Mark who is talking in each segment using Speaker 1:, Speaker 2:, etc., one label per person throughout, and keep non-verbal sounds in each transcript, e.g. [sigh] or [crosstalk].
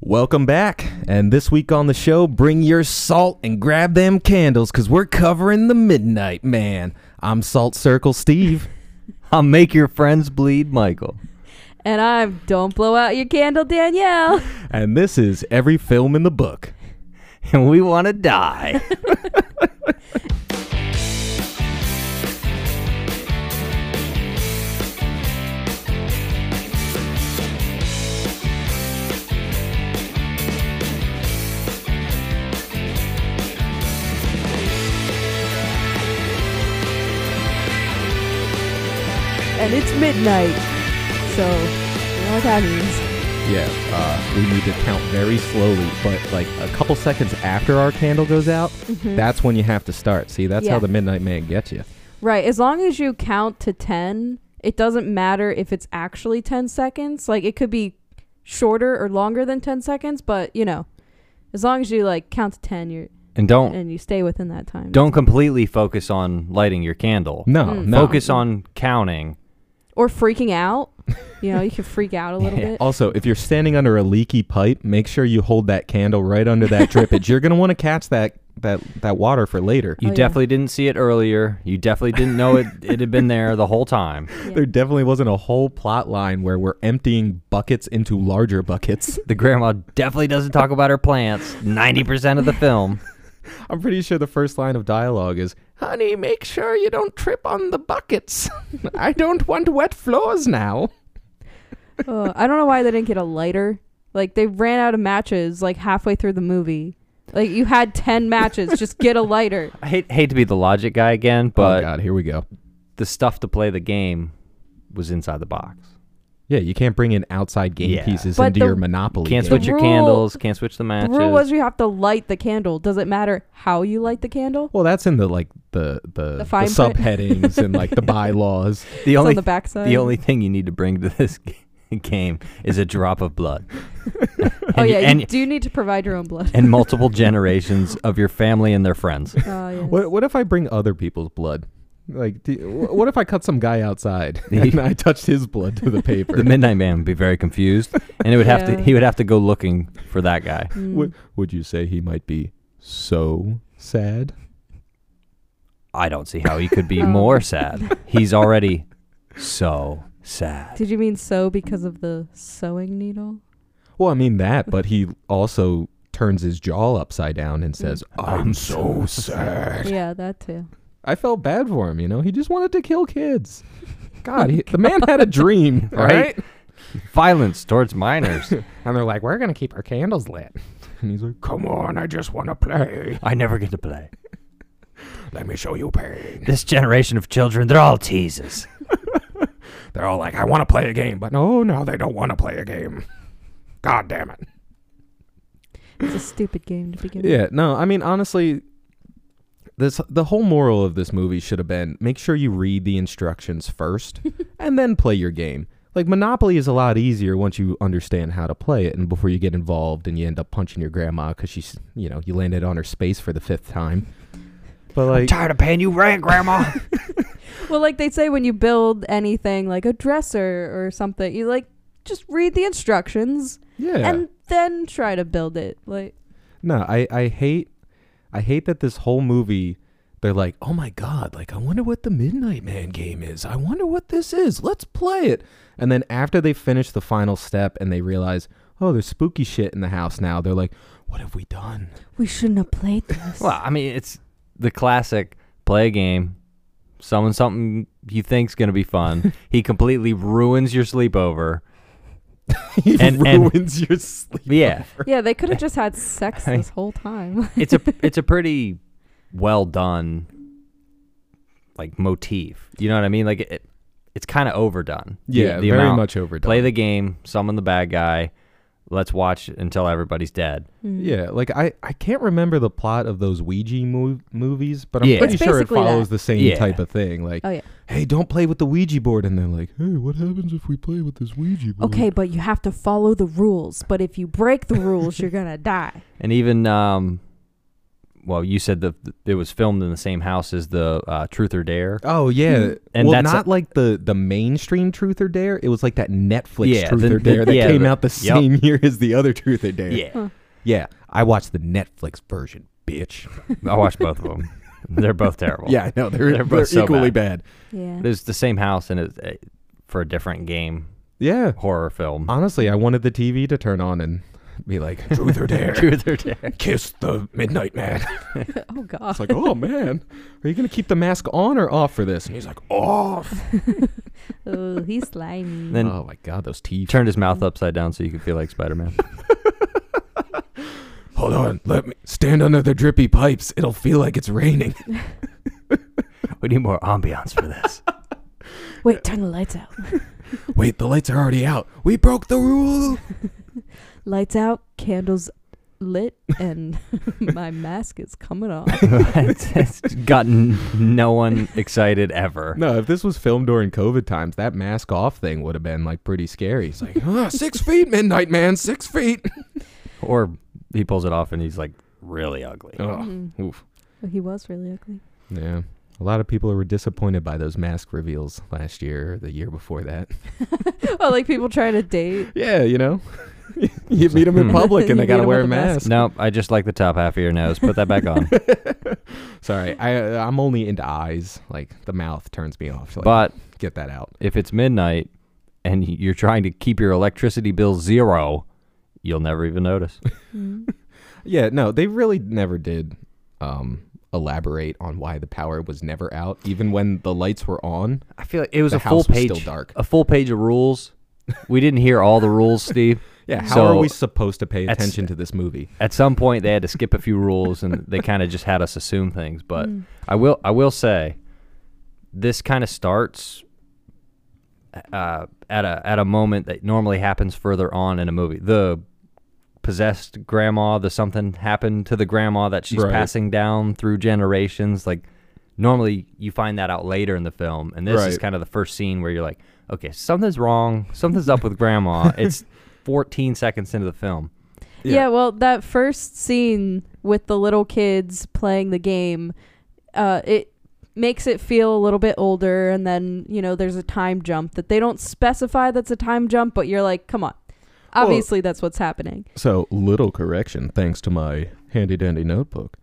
Speaker 1: Welcome back. And this week on the show, bring your salt and grab them candles because we're covering the Midnight Man. I'm Salt Circle Steve.
Speaker 2: [laughs] I'll make your friends bleed, Michael.
Speaker 3: And I'm Don't Blow Out Your Candle, Danielle.
Speaker 1: And this is Every Film in the Book.
Speaker 2: [laughs] And we want to die.
Speaker 3: and it's midnight. So, you know what that means.
Speaker 1: [laughs] Yeah, uh, we need to count very slowly, but like a couple seconds after our candle goes out,
Speaker 2: Mm-hmm.
Speaker 1: that's when you have to start. See, that's how
Speaker 3: Yeah.
Speaker 1: the Midnight Man gets you.
Speaker 3: Right, as long as you count to 10, it doesn't matter if it's actually 10 seconds. Like, it could be shorter or longer than 10 seconds, but, you know, as long as you, like, count to 10 you're,
Speaker 2: And don't
Speaker 3: and you stay within that time.
Speaker 2: don't completely focus on lighting your candle.
Speaker 1: No,
Speaker 3: Mm.
Speaker 1: no.
Speaker 2: Hmm. Focus on counting.
Speaker 3: Or freaking out. You know, you can freak out a little bit.
Speaker 1: Also, if you're standing under a leaky pipe, make sure you hold that candle right under that drippage. You're gonna want to catch that that that water for later.
Speaker 2: You
Speaker 3: Oh, yeah.
Speaker 2: definitely didn't see it earlier. You definitely didn't know it it had been there the whole time.
Speaker 1: There definitely wasn't a whole plot line where we're emptying buckets into larger
Speaker 3: [laughs]
Speaker 1: buckets.
Speaker 2: The grandma definitely doesn't talk about her plants 90% of the film.
Speaker 1: I'm pretty sure the first line of dialogue is, "Honey, make sure you don't trip on the buckets. [laughs] I don't want wet floors now." Oh,
Speaker 3: Uh, I don't know why they didn't get a lighter. Like they ran out of matches like halfway through the movie. Like you had ten matches, just get a lighter.
Speaker 2: I hate, hate to be the logic guy again,
Speaker 1: oh
Speaker 2: but
Speaker 1: God, here we go.
Speaker 2: the stuff to play the game was inside the box.
Speaker 1: Yeah, you can't bring in outside game
Speaker 2: Yeah.
Speaker 1: pieces
Speaker 3: But
Speaker 1: into
Speaker 3: the-
Speaker 1: your Monopoly.
Speaker 2: Can't
Speaker 1: game.
Speaker 2: switch your
Speaker 3: rule-
Speaker 2: candles, can't switch the
Speaker 3: The
Speaker 2: matches.
Speaker 3: rule was you have to light the candle. Does it matter how you light the candle?
Speaker 1: Well, that's in the like the the, the
Speaker 3: fine print.
Speaker 1: subheadings and like
Speaker 3: [laughs]
Speaker 1: the bylaws.
Speaker 2: the
Speaker 3: It's
Speaker 2: only
Speaker 3: on the backside.
Speaker 2: The only thing you need to bring to this [laughs] g- game is a drop of blood.
Speaker 3: [laughs] oh
Speaker 2: and you-
Speaker 3: yeah,
Speaker 2: and-
Speaker 3: you do need to provide your own
Speaker 2: [laughs]
Speaker 3: blood.
Speaker 2: And multiple generations of your family and their friends.
Speaker 3: Oh yeah.
Speaker 1: What what if I bring other people's blood? Like, do, wh- what if I cut some guy [laughs] outside and I touched his blood to the [laughs] paper?
Speaker 2: The Midnight Man would be very confused, and it would have
Speaker 3: Yeah.
Speaker 2: to he would have to go looking for that guy.
Speaker 3: Mm.
Speaker 1: would, would you say he might be so sad?
Speaker 2: I don't see how he could
Speaker 3: [laughs]
Speaker 2: be
Speaker 3: Oh.
Speaker 2: more sad. He's already so sad.
Speaker 3: Did you mean so because of the sewing needle?
Speaker 1: Well, I mean that, but he also turns his jaw upside down and says, "I'm so sad."
Speaker 3: yeah, that too.
Speaker 1: Mm. I felt bad for him. You know, he just wanted to kill kids. [laughs] God, he, the man had a dream, [laughs] right?
Speaker 2: Right? Violence towards minors.
Speaker 1: And they're like, "We're gonna keep our candles lit," and he's like, "Come on, I just want to play.
Speaker 2: I never get to play.
Speaker 1: Let me show you pain."
Speaker 2: This generation of children, they're all teases.
Speaker 1: They're all like, I want to play a game, but no, no, they don't want to play a game. God damn it.
Speaker 3: It's a stupid game to begin with.
Speaker 1: Yeah, no, I mean, honestly, this the whole moral of this movie should have been make sure you read the instructions first and then play your game. Like, Monopoly is a lot easier once you understand how to play it and before you get involved and you end up punching your grandma because she's, you know, you landed on her space for the fifth time. But, like,
Speaker 2: Tired of paying you rent, Grandma.
Speaker 3: Well, like they say when you build anything like a dresser or something, you like just read the instructions
Speaker 1: yeah.
Speaker 3: and then try to build it. Like
Speaker 1: No, I, I hate I hate that this whole movie they're like, "Oh my god, like I wonder what the Midnight Man game is. I wonder what this is. Let's play it." And then after they finish the final step and they realize, "Oh, there's spooky shit in the house now." They're like, "What have we done?" [laughs]
Speaker 3: we shouldn't have [laughs] played this.
Speaker 2: Well, I mean, it's the classic play a game, summon something you think's going to be fun. he completely ruins your sleepover.
Speaker 1: He
Speaker 2: And- and-
Speaker 1: ruins your sleep.
Speaker 2: Yeah.
Speaker 3: Yeah, they could have just had [laughs] sex
Speaker 2: I-
Speaker 3: this whole [laughs] time.
Speaker 2: It's a it's a pretty well done like motif. You know what I mean? Like it, it's kind of overdone. The-
Speaker 1: Yeah,
Speaker 2: the
Speaker 1: very
Speaker 2: amount-
Speaker 1: much overdone.
Speaker 2: Play the game, summon the bad guy. Let's watch until everybody's dead.
Speaker 1: yeah,
Speaker 2: Mm.
Speaker 1: like I, I can't remember the plot of those Ouija mov- movies, but I'm
Speaker 2: Yeah.
Speaker 1: pretty
Speaker 3: It's
Speaker 1: sure it
Speaker 3: basically that.
Speaker 1: follows the same
Speaker 2: Yeah.
Speaker 1: type of thing. Like,
Speaker 3: Oh yeah.
Speaker 1: hey, don't play with the Ouija board, and they're like, hey, what happens if we play with this Ouija board?
Speaker 3: Okay, but you have to [laughs] follow the rules. But if you break the rules, you're gonna die.
Speaker 2: And even um well, you said that it was filmed in the same house as the uh, Truth or Dare.
Speaker 1: Oh yeah,
Speaker 2: Mm. And
Speaker 1: well,
Speaker 2: that's a-
Speaker 1: not like the the mainstream Truth or Dare. It was like that Netflix
Speaker 2: Yeah,
Speaker 1: Truth
Speaker 2: the-
Speaker 1: or Dare that
Speaker 2: yeah,
Speaker 1: came
Speaker 2: the-
Speaker 1: out the
Speaker 2: yep.
Speaker 1: same [laughs] year as the other Truth or Dare.
Speaker 2: Yeah,
Speaker 1: yeah. I watched the Netflix version,
Speaker 2: [laughs]
Speaker 1: bitch.
Speaker 2: I watched both
Speaker 1: [laughs]
Speaker 2: of them. They're both terrible.
Speaker 1: yeah, I know they're,
Speaker 2: They're
Speaker 1: they're,
Speaker 2: both so
Speaker 1: equally bad.
Speaker 3: Yeah.
Speaker 2: It was the same house and it's uh, for a different game
Speaker 1: Yeah,
Speaker 2: horror film. [laughs]
Speaker 1: honestly, I wanted the TV to turn on and be like Truth or Dare,
Speaker 2: [laughs] Truth or Dare.
Speaker 1: kiss the Midnight Man.
Speaker 3: [laughs] Oh god.
Speaker 1: It's
Speaker 3: [laughs]
Speaker 1: like, oh man, are you gonna keep the mask on or off for this? And he's like, off.
Speaker 3: oh, he's slimy.
Speaker 2: Then-
Speaker 1: oh my god, those teeth.
Speaker 2: Turned his mouth upside down so you could feel like Spider Man.
Speaker 1: Hold on, let me stand under the drippy pipes. It'll feel like it's raining. [laughs]
Speaker 2: we need more ambiance
Speaker 1: [laughs]
Speaker 2: for this. [laughs]
Speaker 3: Wait, turn the lights out.
Speaker 1: Wait, the lights are already out. We broke the rule.
Speaker 3: Lights out, candles lit, and [laughs] my mask is coming off. [laughs]
Speaker 2: it's, it's gotten no one excited ever.
Speaker 1: No, if this was filmed during COVID times, that mask off thing would have been like pretty scary. It's like, ah, six [laughs] feet, Midnight Man, six feet.
Speaker 2: Or he pulls it off and he's like really ugly.
Speaker 1: Oh,
Speaker 3: Mm.
Speaker 1: oof.
Speaker 3: Well, he was really ugly.
Speaker 1: Yeah. A lot of people were disappointed by those mask reveals last year or the year before that.
Speaker 3: Oh, like people trying to date.
Speaker 1: Yeah, you know? [laughs] you meet them in
Speaker 2: Hmm.
Speaker 1: public and
Speaker 3: [laughs] You
Speaker 1: they got
Speaker 3: meet
Speaker 1: to
Speaker 3: 'em
Speaker 1: wear
Speaker 3: with
Speaker 1: a
Speaker 3: a mask.
Speaker 1: mask.
Speaker 2: Nope, I just like the top half of your nose. Put that
Speaker 1: [laughs]
Speaker 2: back on.
Speaker 1: Sorry, I, uh, I'm only into eyes. Like, the mouth turns me off. Like,
Speaker 2: but
Speaker 1: get that out.
Speaker 2: if it's midnight and you're trying to keep your electricity bill zero, you'll never even notice.
Speaker 3: Mm.
Speaker 1: Yeah, no, they really never did um, elaborate on why the power was never out, even when the lights were on.
Speaker 2: I feel like it was
Speaker 1: The
Speaker 2: a full
Speaker 1: house was still
Speaker 2: page,
Speaker 1: dark.
Speaker 2: a full page of rules. We didn't hear all the rules, Steve.
Speaker 1: Yeah, how
Speaker 2: So-
Speaker 1: are we supposed to pay
Speaker 2: That's-
Speaker 1: attention to this movie?
Speaker 2: At some point, they had to skip a few rules, and they kind of just had us assume things. But I will, I will say, this kind of starts uh, at a at a moment that normally happens further on in a movie. The possessed grandma, the something happened to the grandma that she's
Speaker 1: Right.
Speaker 2: passing down through generations. Like normally, you find that out later in the film, and this is
Speaker 1: Right.
Speaker 2: kind of the first scene where you're like, okay, something's wrong, something's up with grandma.
Speaker 1: [laughs]
Speaker 2: It's 14 seconds into the film.
Speaker 1: Yeah.
Speaker 3: Yeah. well, that first scene with the little kids playing the game, uh, it makes it feel a little bit older, and then you know there's a time jump that they don't specify that's a time jump, but you're like, come on,
Speaker 1: Well-
Speaker 3: obviously that's what's happening.
Speaker 1: So, little correction, thanks to my handy dandy notebook.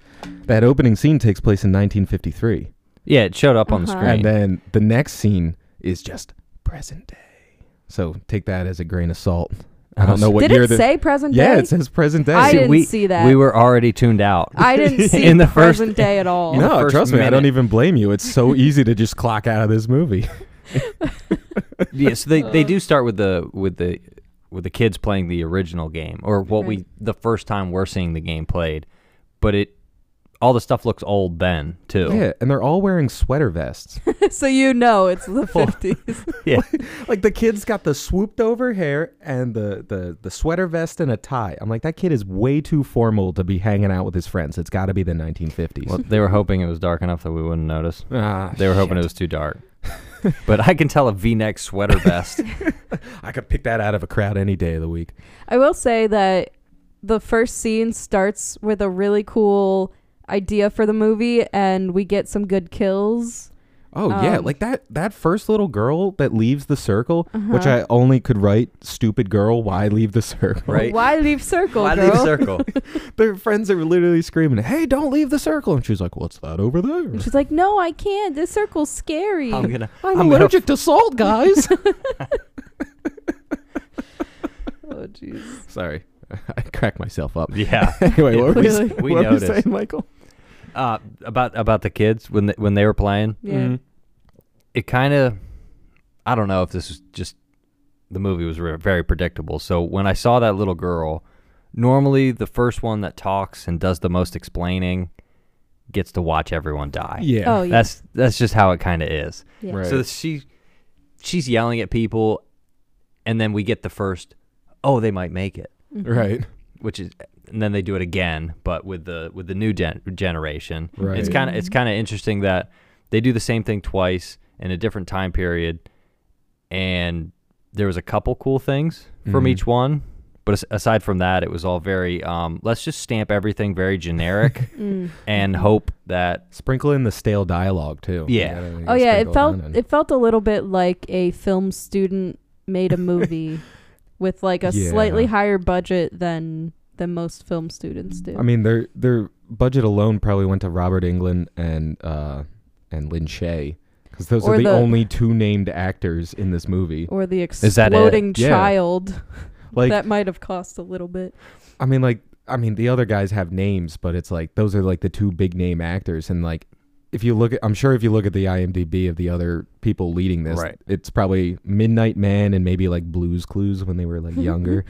Speaker 1: That opening scene takes place in 1953,
Speaker 2: Yeah, it showed up on the
Speaker 3: Uh-huh.
Speaker 2: screen.
Speaker 1: and then the next scene is just present day. So, take that as a grain of salt. I
Speaker 2: Oh,
Speaker 1: don't know
Speaker 2: so-
Speaker 1: what
Speaker 3: Did
Speaker 1: year
Speaker 3: it
Speaker 1: the
Speaker 3: say present
Speaker 1: yeah,
Speaker 3: day?
Speaker 1: it says present day.
Speaker 3: I
Speaker 2: See,
Speaker 3: didn't
Speaker 2: we-
Speaker 3: see that.
Speaker 2: We were already tuned out.
Speaker 3: [laughs]
Speaker 2: [laughs]
Speaker 3: I didn't see
Speaker 2: in the first.
Speaker 3: present day at all.
Speaker 2: in the
Speaker 1: no,
Speaker 2: first
Speaker 1: trust me, I don't
Speaker 2: minute.
Speaker 1: even blame you. It's so easy to just clock out of this
Speaker 2: [laughs]
Speaker 1: movie.
Speaker 2: [laughs] yeah, so they,
Speaker 3: Uh-huh.
Speaker 2: they do start with the with the with the kids playing the original game or what we
Speaker 3: Right.
Speaker 2: the first time we're seeing the game played, but it all the stuff looks old then too.
Speaker 1: Yeah, and they're all wearing sweater vests.
Speaker 3: [laughs] so you know it's the 50s.
Speaker 2: Yeah.
Speaker 1: [laughs] like the kid's got the swooped over hair and the, the the sweater vest and a tie. I'm like, that kid is way too formal to be hanging out with his friends. It's got to be the 1950s.
Speaker 2: Well, they were hoping it was dark enough that we wouldn't notice.
Speaker 1: [laughs] ah,
Speaker 2: They were hoping it was
Speaker 3: [laughs]
Speaker 2: too dark. but I can tell a V-neck sweater vest.
Speaker 1: I could pick that out of a crowd any day of the week.
Speaker 3: I will say that the first scene starts with a really cool idea for the movie, and we get some good kills.
Speaker 1: Oh yeah,
Speaker 3: Um,
Speaker 1: like that that first little girl that leaves the circle, which
Speaker 2: Uh-huh.
Speaker 1: I only could write "stupid girl." Why leave the circle?
Speaker 2: Right.
Speaker 3: Why leave circle,
Speaker 2: Why
Speaker 3: girl?
Speaker 2: leave circle?
Speaker 1: Their friends are literally screaming, "Hey, don't leave the circle!" And she's like, "What's that over there?"
Speaker 3: and she's like, "No, I can't. This circle's scary." [laughs]
Speaker 2: I'm gonna.
Speaker 1: I'm,
Speaker 2: I'm gonna-
Speaker 1: allergic to salt, guys.
Speaker 3: oh, jeez.
Speaker 1: [laughs] Sorry, [laughs] I cracked myself up. [laughs]
Speaker 3: [laughs]
Speaker 2: Yeah.
Speaker 1: Anyway, what were we,
Speaker 3: Really?
Speaker 1: saying- what
Speaker 2: We
Speaker 1: were we
Speaker 2: noticed.
Speaker 1: saying, Michael?
Speaker 2: Uh, about about the kids when they, when they were playing.
Speaker 3: Yeah.
Speaker 1: Mm-hmm.
Speaker 2: it kind of i don't know if this is just the movie was re- very predictable so when i saw that little girl normally the first one that talks and does the most explaining gets to watch everyone die
Speaker 1: Yeah.
Speaker 3: Oh, yeah.
Speaker 2: that's that's just how it kind of is
Speaker 3: yeah.
Speaker 1: Right.
Speaker 2: so she she's yelling at people and then we get the first oh they might make it
Speaker 3: Oh. Mm-hmm.
Speaker 1: Right.
Speaker 2: which is and then they do it again but with the with the new gen- generation
Speaker 1: Right.
Speaker 2: it's kind of it's kind of interesting that they do the same thing twice in a different time period and there was a couple cool things from
Speaker 1: Mhm.
Speaker 2: each one But as- aside from that, it was all very um, let's just stamp everything very
Speaker 1: [laughs]
Speaker 2: generic
Speaker 3: Mm.
Speaker 2: and hope that
Speaker 1: Sprinkle in the stale dialogue too. You
Speaker 2: Yeah.
Speaker 1: gotta- you
Speaker 3: Oh
Speaker 1: gotta
Speaker 3: yeah, it
Speaker 1: sprinkle
Speaker 3: felt
Speaker 1: that in.
Speaker 3: it felt a little bit like a film student
Speaker 1: [laughs]
Speaker 3: made a movie with like a slightly
Speaker 1: Yeah.
Speaker 3: higher budget than than most film students do.
Speaker 1: I mean, their their budget alone probably went to Robert England and uh, and Lin Shay because those
Speaker 3: Or
Speaker 1: are the,
Speaker 3: the-
Speaker 1: only two named actors in this movie.
Speaker 3: or the
Speaker 2: that it?
Speaker 3: exploding
Speaker 1: Yeah.
Speaker 3: child
Speaker 1: Like,
Speaker 3: that might have cost a little
Speaker 1: [laughs]
Speaker 3: bit.
Speaker 1: I mean, like, I mean, the other guys have names, but it's like those are like the two big name actors, and like. If you look at, I'm sure if you look at the IMDb of the other people leading this,
Speaker 2: Right.
Speaker 1: it's probably Midnight Man and maybe like Blues Clues when they were like younger.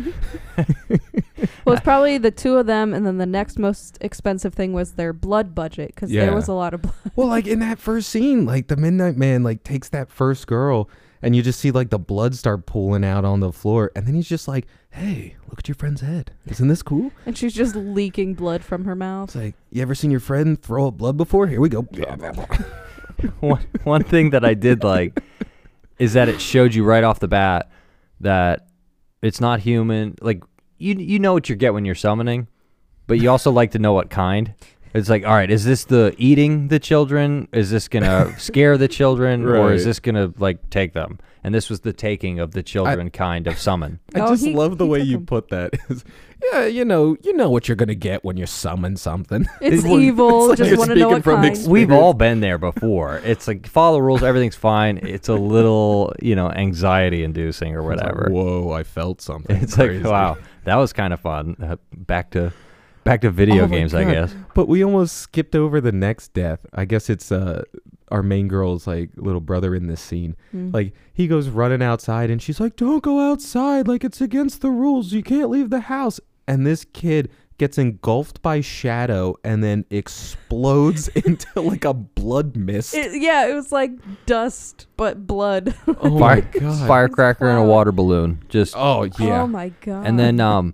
Speaker 3: Well, it's probably the two of them, and then the next most expensive thing was their blood budget because
Speaker 1: Yeah.
Speaker 3: there was a lot of blood.
Speaker 1: Well, like in that first scene, like the Midnight Man like takes that first girl and you just see like the blood start pooling out on the floor and then he's just like, "Hey, look at your friend's head. Isn't this cool?"
Speaker 3: and she's just leaking blood from her mouth.
Speaker 1: [laughs] It's like, "You ever seen your friend throw up blood before? Here we go."
Speaker 2: one, one thing that I
Speaker 1: [laughs]
Speaker 2: did like is that it showed you right off the bat that it's not human. Like you you know what you get when you're summoning, but you also like to know what kind. It's like, all right, is this the eating the children? Is this
Speaker 1: [laughs]
Speaker 2: gonna scare the children, or is
Speaker 1: Right.
Speaker 2: this gonna like take them? And this was the taking of the children kind of summon.
Speaker 1: I
Speaker 3: Oh,
Speaker 1: just
Speaker 3: he-
Speaker 1: love the
Speaker 3: he
Speaker 1: way
Speaker 3: took
Speaker 1: you
Speaker 3: him.
Speaker 1: put that. [laughs] It's, yeah, you know, you know what you're going to get when you summon something. [laughs]
Speaker 3: It's
Speaker 1: Well,
Speaker 3: evil,
Speaker 1: it's like
Speaker 3: just
Speaker 1: you're
Speaker 3: wanna know
Speaker 1: speaking
Speaker 3: what
Speaker 1: from
Speaker 3: kind.
Speaker 1: experience.
Speaker 2: We've all been there before. It's like follow the rules, everything's fine. It's a little, you know, anxiety inducing or
Speaker 1: It's like,
Speaker 2: whatever.
Speaker 1: Whoa, I felt something.
Speaker 2: It's like
Speaker 1: crazy."
Speaker 2: wow, that was kind of fun. Uh, back to back to video
Speaker 1: Oh my
Speaker 2: games, I
Speaker 1: God.
Speaker 2: guess.
Speaker 1: But we almost skipped over the next death. I guess it's uh our main girl's like little brother in this scene.
Speaker 3: Mm.
Speaker 1: Like he goes running outside and she's like, "Don't go outside. Like it's against the rules. You can't leave the house." And this kid gets engulfed by shadow and then explodes [laughs] into like a blood mist.
Speaker 3: It, yeah, it was like dust, but blood. [laughs]
Speaker 1: oh my
Speaker 2: Fire,
Speaker 1: god.
Speaker 2: firecracker and a
Speaker 3: cloud.
Speaker 2: water balloon, just
Speaker 1: Oh yeah. uh,
Speaker 3: Oh my god.
Speaker 2: and then um,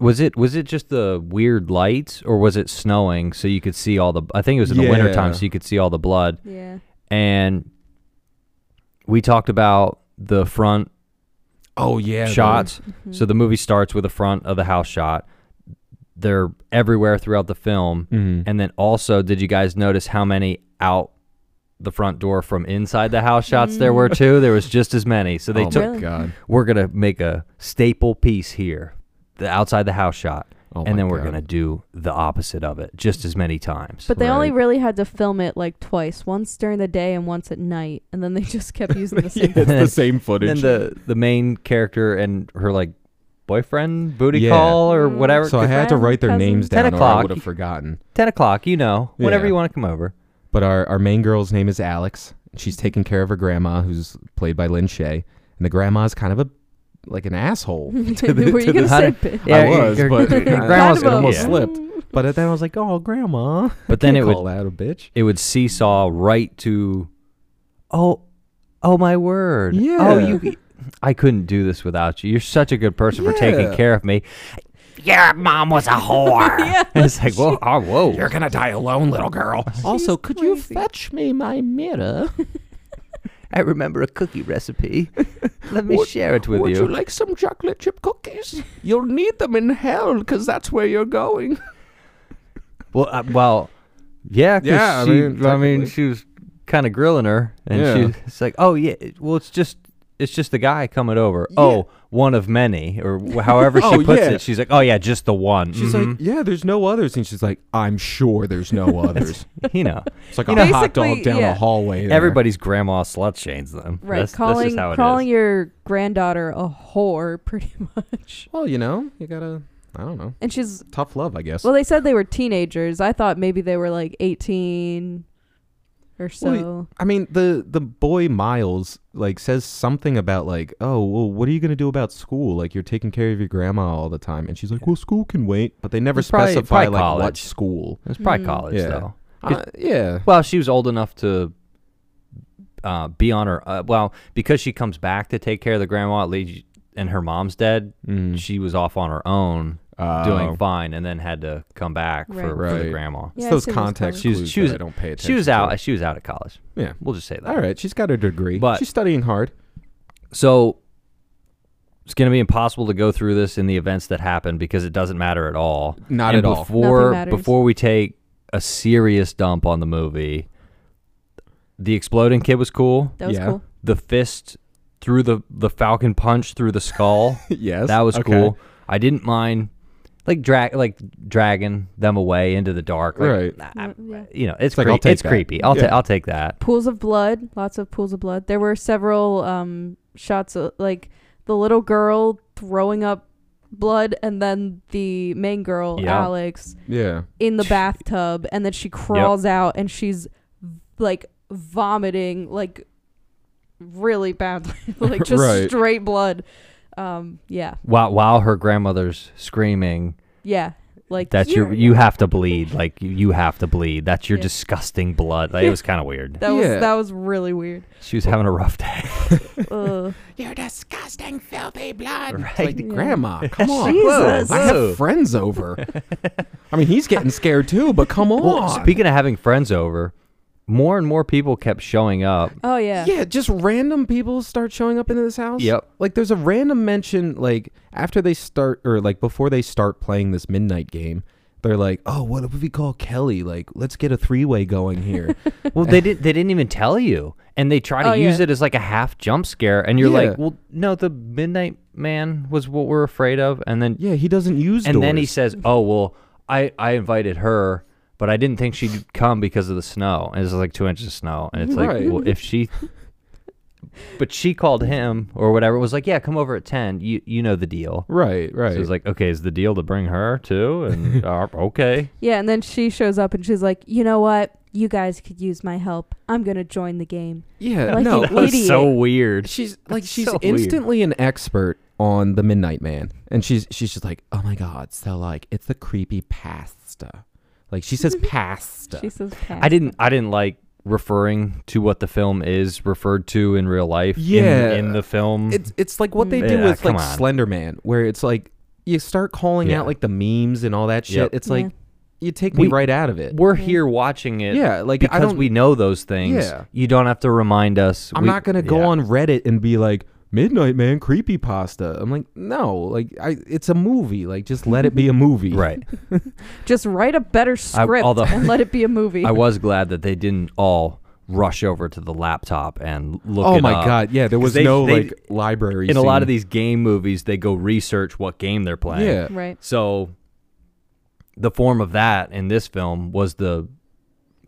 Speaker 2: was it was it just the weird lights or was it snowing so you could see all the? I think it was in the winter time
Speaker 1: Yeah.
Speaker 2: so you could see all the blood.
Speaker 3: yeah,
Speaker 2: And we talked about the front
Speaker 1: oh yeah. the-
Speaker 2: shots.
Speaker 3: Mm-hmm.
Speaker 2: So
Speaker 1: Mm-hmm.
Speaker 2: the movie starts with the front of the house shot. They're everywhere throughout the film.
Speaker 1: Mhm.
Speaker 2: And then also, did you guys notice how many out the front door from inside the house shots there were too? There was just as many. So they
Speaker 1: Mm. oh
Speaker 2: took.
Speaker 1: my
Speaker 3: Really?
Speaker 1: god.
Speaker 2: We're gonna make a staple piece here, the outside the house shot,
Speaker 1: Oh my
Speaker 2: and then we're
Speaker 1: God.
Speaker 2: [laughs] gonna do the opposite of it just as many times.
Speaker 3: but they only
Speaker 1: Right.
Speaker 3: really had to film it like twice, once during the day and once at night, and then they
Speaker 1: [laughs]
Speaker 3: just kept using the same.
Speaker 1: yeah, it's the same
Speaker 2: and then
Speaker 1: footage.
Speaker 2: the the main character and her like boyfriend booty
Speaker 1: Yeah.
Speaker 2: call or
Speaker 3: Mm.
Speaker 2: whatever.
Speaker 1: so I had to
Speaker 3: friend,
Speaker 1: write their
Speaker 3: cousin.
Speaker 1: names
Speaker 2: 10
Speaker 1: down or I
Speaker 2: o'clock.
Speaker 1: would have forgotten.
Speaker 2: Ten o'clock, you know, whenever
Speaker 1: Yeah.
Speaker 2: you want to come over.
Speaker 1: But our, our main girl's name is Alex. She's taking care of her grandma, who's played by Lynn Shay. And the grandma's kind of a like an
Speaker 3: [laughs]
Speaker 1: asshole. [laughs] to the-
Speaker 3: Were
Speaker 1: to
Speaker 3: you gonna
Speaker 1: the-
Speaker 3: say?
Speaker 2: honey-
Speaker 3: bi-
Speaker 1: I was, but
Speaker 2: grandma's
Speaker 1: it
Speaker 3: Kind of
Speaker 1: almost
Speaker 3: a-
Speaker 1: slipped. But then I was like, "Oh, [laughs] grandma!"
Speaker 2: But then
Speaker 1: Can't
Speaker 2: it would
Speaker 1: call out a bitch.
Speaker 2: it would seesaw right to oh oh my word oh
Speaker 1: Yeah.
Speaker 2: you i couldn't do this without you you're such a good person for taking
Speaker 1: Yeah.
Speaker 2: care of me your mom was a [laughs] whore
Speaker 3: Yeah.
Speaker 2: And it's like whoa oh, whoa
Speaker 1: gonna die alone, little girl. also, could you
Speaker 3: crazy.
Speaker 1: fetch me my mirror?
Speaker 2: i remember a
Speaker 1: [laughs]
Speaker 2: cookie recipe let me
Speaker 1: Would-
Speaker 2: share it with you,
Speaker 1: like some chocolate chip cookies? You'll need them in hell, cause that's where you're going.
Speaker 2: well uh, well yeah 'cause
Speaker 1: Yeah, I
Speaker 2: she,
Speaker 1: mean,
Speaker 2: I mean
Speaker 1: technically.
Speaker 2: she was kind of grilling her and
Speaker 1: Yeah.
Speaker 2: she it's like oh yeah it- well it's just it's just the guy coming over.
Speaker 1: Yeah.
Speaker 2: Oh, one of many, or wh- however
Speaker 1: [laughs]
Speaker 2: she
Speaker 1: Oh,
Speaker 2: puts
Speaker 1: yeah.
Speaker 2: it. She's like, oh yeah, just the one.
Speaker 1: She's
Speaker 2: Mhm.
Speaker 1: like, "Yeah, there's no others," and she's like, "I'm sure there's no others."
Speaker 2: [laughs] you know,
Speaker 1: It's like
Speaker 2: You
Speaker 1: a
Speaker 2: know-
Speaker 1: hot dog
Speaker 3: Basically,
Speaker 1: down
Speaker 3: yeah.
Speaker 1: a hallway. there.
Speaker 2: everybody's grandma slut shames them.
Speaker 3: Right,
Speaker 2: That's,
Speaker 3: calling
Speaker 2: that's just how it is.
Speaker 3: calling your granddaughter a whore, [laughs] pretty much.
Speaker 1: Well, you know, you gotta. I don't know.
Speaker 3: And she's
Speaker 1: Tough love, I guess.
Speaker 3: well, they said they were teenagers. I thought maybe they were like eighteen or so.
Speaker 1: Well, I mean, the the boy Miles like says something about like, oh, well, what are you gonna do about school? Like, you're taking care of your grandma all the time, and she's like, well, school can wait, but they never
Speaker 2: It's probably-
Speaker 1: specify
Speaker 2: probably
Speaker 1: like what
Speaker 2: college.
Speaker 1: school.
Speaker 2: It's probably
Speaker 3: Mm.
Speaker 2: college
Speaker 1: Yeah.
Speaker 2: though.
Speaker 1: Uh, yeah,
Speaker 2: Well, she was old enough to uh, be on her. Uh, well, because she comes back to take care of the grandma, at least, and her mom's dead.
Speaker 1: Mm.
Speaker 2: She was off on her own,
Speaker 1: Uh,
Speaker 2: doing fine, and then had to come back for,
Speaker 3: Right.
Speaker 2: for the
Speaker 1: Right.
Speaker 2: grandma.
Speaker 1: It's
Speaker 3: Yeah, I
Speaker 1: those
Speaker 3: assume it's
Speaker 1: context
Speaker 3: college.
Speaker 2: She was-
Speaker 1: clues
Speaker 2: she
Speaker 1: that
Speaker 2: was-
Speaker 1: I don't pay attention.
Speaker 2: She was
Speaker 1: to.
Speaker 2: out. She was out of college.
Speaker 1: Yeah.
Speaker 2: we'll just say that.
Speaker 1: All right, she's got her degree.
Speaker 2: But-
Speaker 1: she's studying hard.
Speaker 2: So, it's going to be impossible to go through this in the events that happen because it doesn't matter at all.
Speaker 1: Not
Speaker 2: And
Speaker 1: at all.
Speaker 3: Nothing
Speaker 2: Before
Speaker 3: matters.
Speaker 2: before we take a serious dump on the movie, the exploding kid was cool.
Speaker 3: That was
Speaker 1: Yeah.
Speaker 3: cool.
Speaker 2: The fist through the the falcon punch through the skull.
Speaker 1: [laughs] yes.
Speaker 2: That was
Speaker 1: okay.
Speaker 2: cool. I didn't mind like drag like dragging them away into the dark. Like,
Speaker 1: Right.
Speaker 2: I- I-
Speaker 3: Yeah.
Speaker 2: you know, it's
Speaker 1: like,
Speaker 2: cre-
Speaker 1: I'll take
Speaker 2: it's
Speaker 1: that.
Speaker 2: creepy. I'll
Speaker 1: Yeah.
Speaker 2: ta- I'll take that.
Speaker 3: Pools of blood, lots of pools of blood. There were several um, shots of like the little girl throwing up blood, and then the main girl
Speaker 2: Yeah.
Speaker 3: Alex
Speaker 1: Yeah.
Speaker 3: in the bathtub, and then she crawls out and she's like vomiting like really badly, [laughs] like just
Speaker 1: Right.
Speaker 3: straight blood. Um, yeah,
Speaker 2: While while her grandmother's screaming,
Speaker 3: yeah. Like
Speaker 2: that's your you have to bleed. Like you, you have to bleed. That's your
Speaker 3: Yeah.
Speaker 2: disgusting blood. Like, it was kind
Speaker 3: [laughs]
Speaker 2: of weird.
Speaker 3: That was
Speaker 1: Yeah.
Speaker 3: that was really weird.
Speaker 2: She was having a rough day.
Speaker 3: Ugh.
Speaker 1: You're disgusting, filthy blood.
Speaker 2: Right.
Speaker 1: Like,
Speaker 3: Yeah.
Speaker 2: [laughs]
Speaker 1: Grandma, come on.
Speaker 3: Jesus.
Speaker 1: I
Speaker 2: Whoa.
Speaker 1: have friends
Speaker 2: [laughs]
Speaker 1: over. I mean, he's getting scared too, but come on.
Speaker 2: Well, speaking of having friends over, more and more people kept showing up.
Speaker 3: Oh yeah.
Speaker 1: yeah, just random people start showing up into this house.
Speaker 2: Yep.
Speaker 1: Like, there's a random mention, like, after they start, or like before they start playing this midnight game, they're like, oh, what if we call Kelly? Like, let's get a three way going
Speaker 2: [laughs]
Speaker 1: here.
Speaker 2: [laughs] Well, they didn't. They didn't even tell you, and they try to
Speaker 3: Oh, yeah.
Speaker 2: use it as like a half jump scare, and you're
Speaker 1: Yeah.
Speaker 2: like, "Well, no, the Midnight Man was what we're afraid of," and then
Speaker 1: yeah, he doesn't use
Speaker 2: and then he
Speaker 1: doors.
Speaker 2: says, "Oh well, I I invited her, but I didn't think she'd come because of the snow, and it's like two inches of snow, and it's like,
Speaker 1: Right.
Speaker 2: well, if she." But she called him or whatever. It was like, yeah, come over at ten. You you know the deal.
Speaker 1: Right, right.
Speaker 2: So it's like, okay, is the deal to bring her too? And [laughs] uh, okay,
Speaker 3: Yeah, and then she shows up and she's like, "You know what? You guys could use my help. I'm gonna join the game."
Speaker 1: yeah,
Speaker 3: like
Speaker 1: no,
Speaker 3: an
Speaker 2: [laughs] that was so
Speaker 3: Idiot.
Speaker 1: [laughs]
Speaker 2: weird.
Speaker 1: she's like
Speaker 2: That's
Speaker 1: she's
Speaker 2: so weird.
Speaker 1: instantly an expert on the midnight man and she's she's just like oh my god so like it's the creepy pasta like she
Speaker 2: [laughs]
Speaker 1: says pasta
Speaker 3: She says, "Pass."
Speaker 2: I didn't I didn't like referring to what the film is referred to in real life. in-
Speaker 1: Yeah.
Speaker 2: in, the film.
Speaker 1: it's it's like what they
Speaker 2: Mm.
Speaker 1: do
Speaker 2: Yeah,
Speaker 1: with like
Speaker 2: come on.
Speaker 1: slender man where it's like you start calling
Speaker 2: Yeah.
Speaker 1: out like the memes and all that shit
Speaker 2: Yep.
Speaker 1: it's
Speaker 3: Yeah.
Speaker 1: like you take
Speaker 2: We-
Speaker 1: me right out of it
Speaker 2: we're here watching it.
Speaker 1: Mm. yeah like i
Speaker 2: because
Speaker 1: don't
Speaker 2: we know those things.
Speaker 1: Yeah.
Speaker 2: You don't have to remind us.
Speaker 1: i'm
Speaker 2: We-
Speaker 1: not gonna go
Speaker 2: yeah.
Speaker 1: on reddit and be like midnight man creepy pasta i'm like no like i it's a movie like just let it be a movie
Speaker 2: [laughs] Right.
Speaker 3: Just write a better script
Speaker 2: although-
Speaker 3: [laughs] and let it be a movie.
Speaker 2: I was glad that they didn't all rush over to the laptop and look.
Speaker 1: oh
Speaker 2: it
Speaker 1: my
Speaker 2: up.
Speaker 1: god yeah there
Speaker 2: 'Cause
Speaker 1: was
Speaker 2: they-
Speaker 1: no
Speaker 2: they-
Speaker 1: like library
Speaker 2: In a lot of
Speaker 1: scene.
Speaker 2: these game movies, they go research what game they're playing.
Speaker 1: yeah
Speaker 3: right.
Speaker 2: So the form of that in this film was the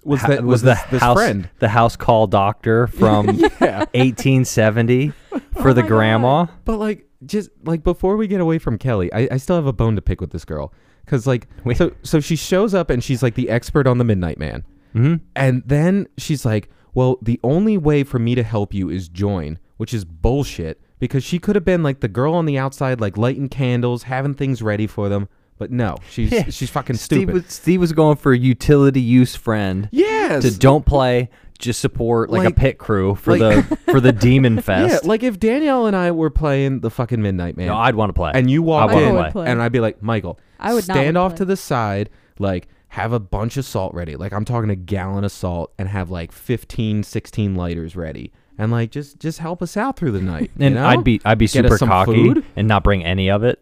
Speaker 1: was
Speaker 2: ha-
Speaker 1: that was,
Speaker 2: the
Speaker 1: this, this
Speaker 2: house [laughs]
Speaker 1: friend
Speaker 2: the house call doctor from
Speaker 1: [laughs] yeah
Speaker 2: 1870 for the
Speaker 3: my
Speaker 2: grandma.
Speaker 1: but like just like before we get away from kelly i, I still have a bone to pick with this girl because like
Speaker 2: [laughs] Wait.
Speaker 1: so so she shows up and she's like the expert on the midnight man
Speaker 2: hmm
Speaker 1: and then she's like well the only way for me to help you is join which is bullshit because she could have been like the girl on the outside like lighting candles having things ready for them but no she's
Speaker 2: [laughs] Yeah.
Speaker 1: she's fucking
Speaker 2: Steve
Speaker 1: stupid
Speaker 2: was, Steve was going for a utility use friend
Speaker 1: yes
Speaker 2: to don't play, just support like, a
Speaker 1: Like-
Speaker 2: pit crew for
Speaker 1: like- [laughs]
Speaker 2: the for the demon
Speaker 1: yeah
Speaker 2: fest.
Speaker 1: like if danielle and i were playing the fucking midnight man
Speaker 2: no, I'd want to play.
Speaker 1: and you walk
Speaker 2: I wanna
Speaker 1: in,
Speaker 2: play.
Speaker 3: play.
Speaker 1: and I'd be like, Michael,
Speaker 3: I would not
Speaker 1: stand
Speaker 3: wanna
Speaker 1: off
Speaker 3: play.
Speaker 1: to the side, like have a bunch of salt ready. Like I'm talking a gallon of salt, and have like 15, 16 lighters ready, and like just just help us out through the night. you
Speaker 2: [laughs] and
Speaker 1: know?
Speaker 2: I'd be I'd be
Speaker 1: Get us
Speaker 2: super
Speaker 1: some
Speaker 2: cocky
Speaker 1: food?
Speaker 2: and not bring any
Speaker 1: [laughs]
Speaker 2: of it,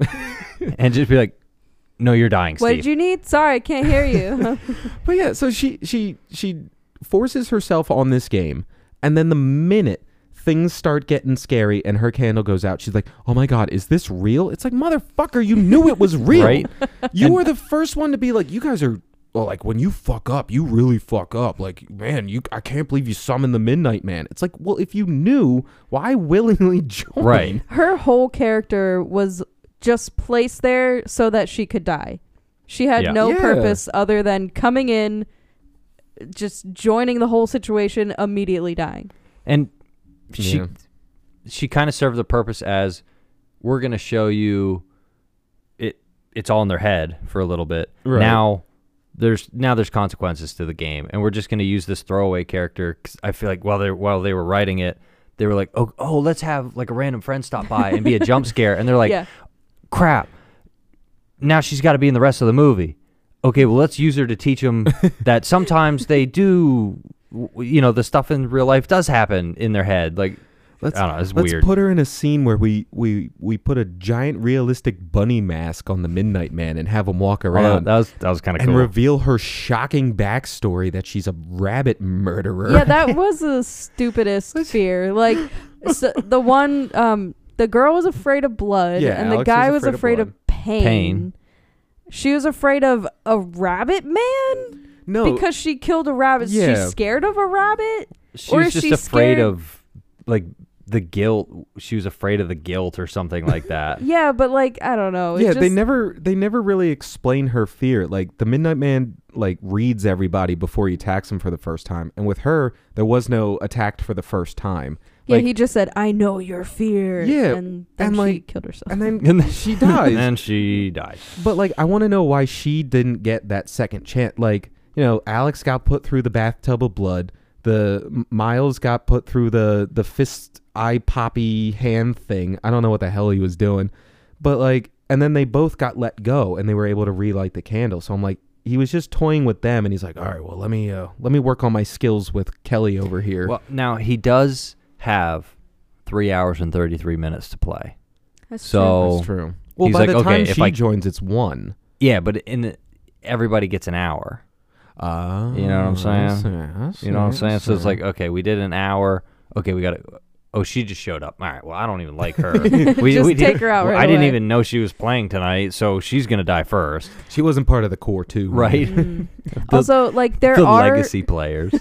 Speaker 2: and just be like, "No, you're dying,
Speaker 3: What
Speaker 2: Steve."
Speaker 3: did you need? Sorry, I can't hear you. [laughs]
Speaker 1: But yeah, so she she she forces herself on this game, and then the minute things start getting scary and her candle goes out, she's like, "Oh my god, is this real?" It's like, "Motherfucker, you knew it was real.
Speaker 2: [laughs] Right?
Speaker 1: You
Speaker 2: And-
Speaker 1: were the first one to be like, you guys are." Well, like when you fuck up, you really fuck up. Like, man, you I can't believe you summoned the Midnight Man. It's like, well, if you knew, why willingly [laughs] join?
Speaker 2: Right.
Speaker 3: Her whole character was just placed there so that she could die. She had
Speaker 2: Yeah.
Speaker 3: no
Speaker 1: Yeah.
Speaker 3: purpose other than coming in, just joining the whole situation, immediately dying.
Speaker 2: And she
Speaker 1: Yeah.
Speaker 2: she kind of served the purpose as we're going to show you it it's all in their head for a little bit.
Speaker 1: Right.
Speaker 2: Now there's now there's consequences to the game and we're just going to use this throwaway character 'cause I feel like while they while they were writing it they were like, "Oh, oh, let's have like a random friend stop by and be a jump scare." And they're
Speaker 3: [laughs]
Speaker 2: like,
Speaker 3: yeah.
Speaker 2: crap. Now she's got to be in the rest of the movie. Okay, well, let's use her to
Speaker 1: [laughs]
Speaker 2: teach them that sometimes they do, w- you know, the stuff in real life does happen in their head. Like,
Speaker 1: Let's
Speaker 2: I don't know. It's
Speaker 1: let's
Speaker 2: weird.
Speaker 1: put her in a scene where we we we put a giant realistic bunny mask on the Midnight Man and have him walk
Speaker 2: Although
Speaker 1: around
Speaker 2: Oh, that was that was kind of
Speaker 1: and
Speaker 2: cool.
Speaker 1: reveal her shocking backstory that she's a rabbit murderer.
Speaker 3: Yeah, that was the stupidest fear. Like
Speaker 1: [laughs]
Speaker 3: so the one, um, the girl was afraid of blood,
Speaker 1: Yeah,
Speaker 3: and the
Speaker 1: Alex
Speaker 3: guy
Speaker 1: was
Speaker 3: was
Speaker 1: afraid
Speaker 3: afraid
Speaker 1: of
Speaker 3: of, pain.
Speaker 2: Pain.
Speaker 3: She was afraid of a rabbit man
Speaker 1: [laughs] no,
Speaker 3: because she killed a rabbit.
Speaker 1: Yeah.
Speaker 3: She's scared of a rabbit.
Speaker 2: she
Speaker 3: Or
Speaker 2: was
Speaker 3: is
Speaker 2: just
Speaker 3: she
Speaker 2: afraid
Speaker 3: scared-
Speaker 2: of like the guilt. She was afraid of the guilt or something
Speaker 1: [laughs]
Speaker 2: like that.
Speaker 3: Yeah, but like I don't know. It
Speaker 1: yeah, they
Speaker 3: just-
Speaker 1: never they never really explain her fear. Like the Midnight Man like reads everybody before he attacks them for the first time, and with her there was no attacked for the first time.
Speaker 3: Yeah,
Speaker 1: like-
Speaker 3: he just said, "I know your fear."
Speaker 1: Yeah,
Speaker 3: and then
Speaker 1: and,
Speaker 3: she
Speaker 1: like-
Speaker 3: killed herself.
Speaker 1: And then
Speaker 3: [laughs]
Speaker 2: And then
Speaker 1: she dies.
Speaker 2: and she dies.
Speaker 1: But like, I want to know why she didn't get that second chance. Like, you know, Alex got put through the bathtub of blood. The M- Miles got put through the the fist eye poppy hand thing. I don't know what the hell he was doing, but like, and then they both got let go, and they were able to relight the candle. So I'm like, he was just toying with them, and he's like, all right, well, let me uh, let me work on my skills with Kelly over here.
Speaker 2: Well, now he does have three hours and thirty three minutes to play.
Speaker 3: That's
Speaker 2: so-
Speaker 1: That's true. Well,
Speaker 2: He's
Speaker 1: by
Speaker 2: like,
Speaker 1: the
Speaker 2: okay,
Speaker 1: time
Speaker 2: if
Speaker 1: she
Speaker 2: I-
Speaker 1: joins, it's one.
Speaker 2: Yeah, but in the, everybody gets an hour.
Speaker 1: Uh,
Speaker 2: You know what I'm saying? You know what I'm saying? So it's like, okay, we did an hour. Okay, we got to. Oh, she just showed up. All right. Well, I don't even like
Speaker 3: [laughs]
Speaker 2: her. we,
Speaker 3: Just
Speaker 2: we
Speaker 3: take her
Speaker 1: [laughs]
Speaker 3: out
Speaker 2: well,
Speaker 3: right
Speaker 2: I didn't
Speaker 3: away.
Speaker 2: even know she was playing tonight, so she's gonna die first,
Speaker 1: she wasn't part of the core too,
Speaker 2: right?
Speaker 1: [laughs]
Speaker 3: Mm. also, like there
Speaker 2: the
Speaker 3: are
Speaker 2: legacy players.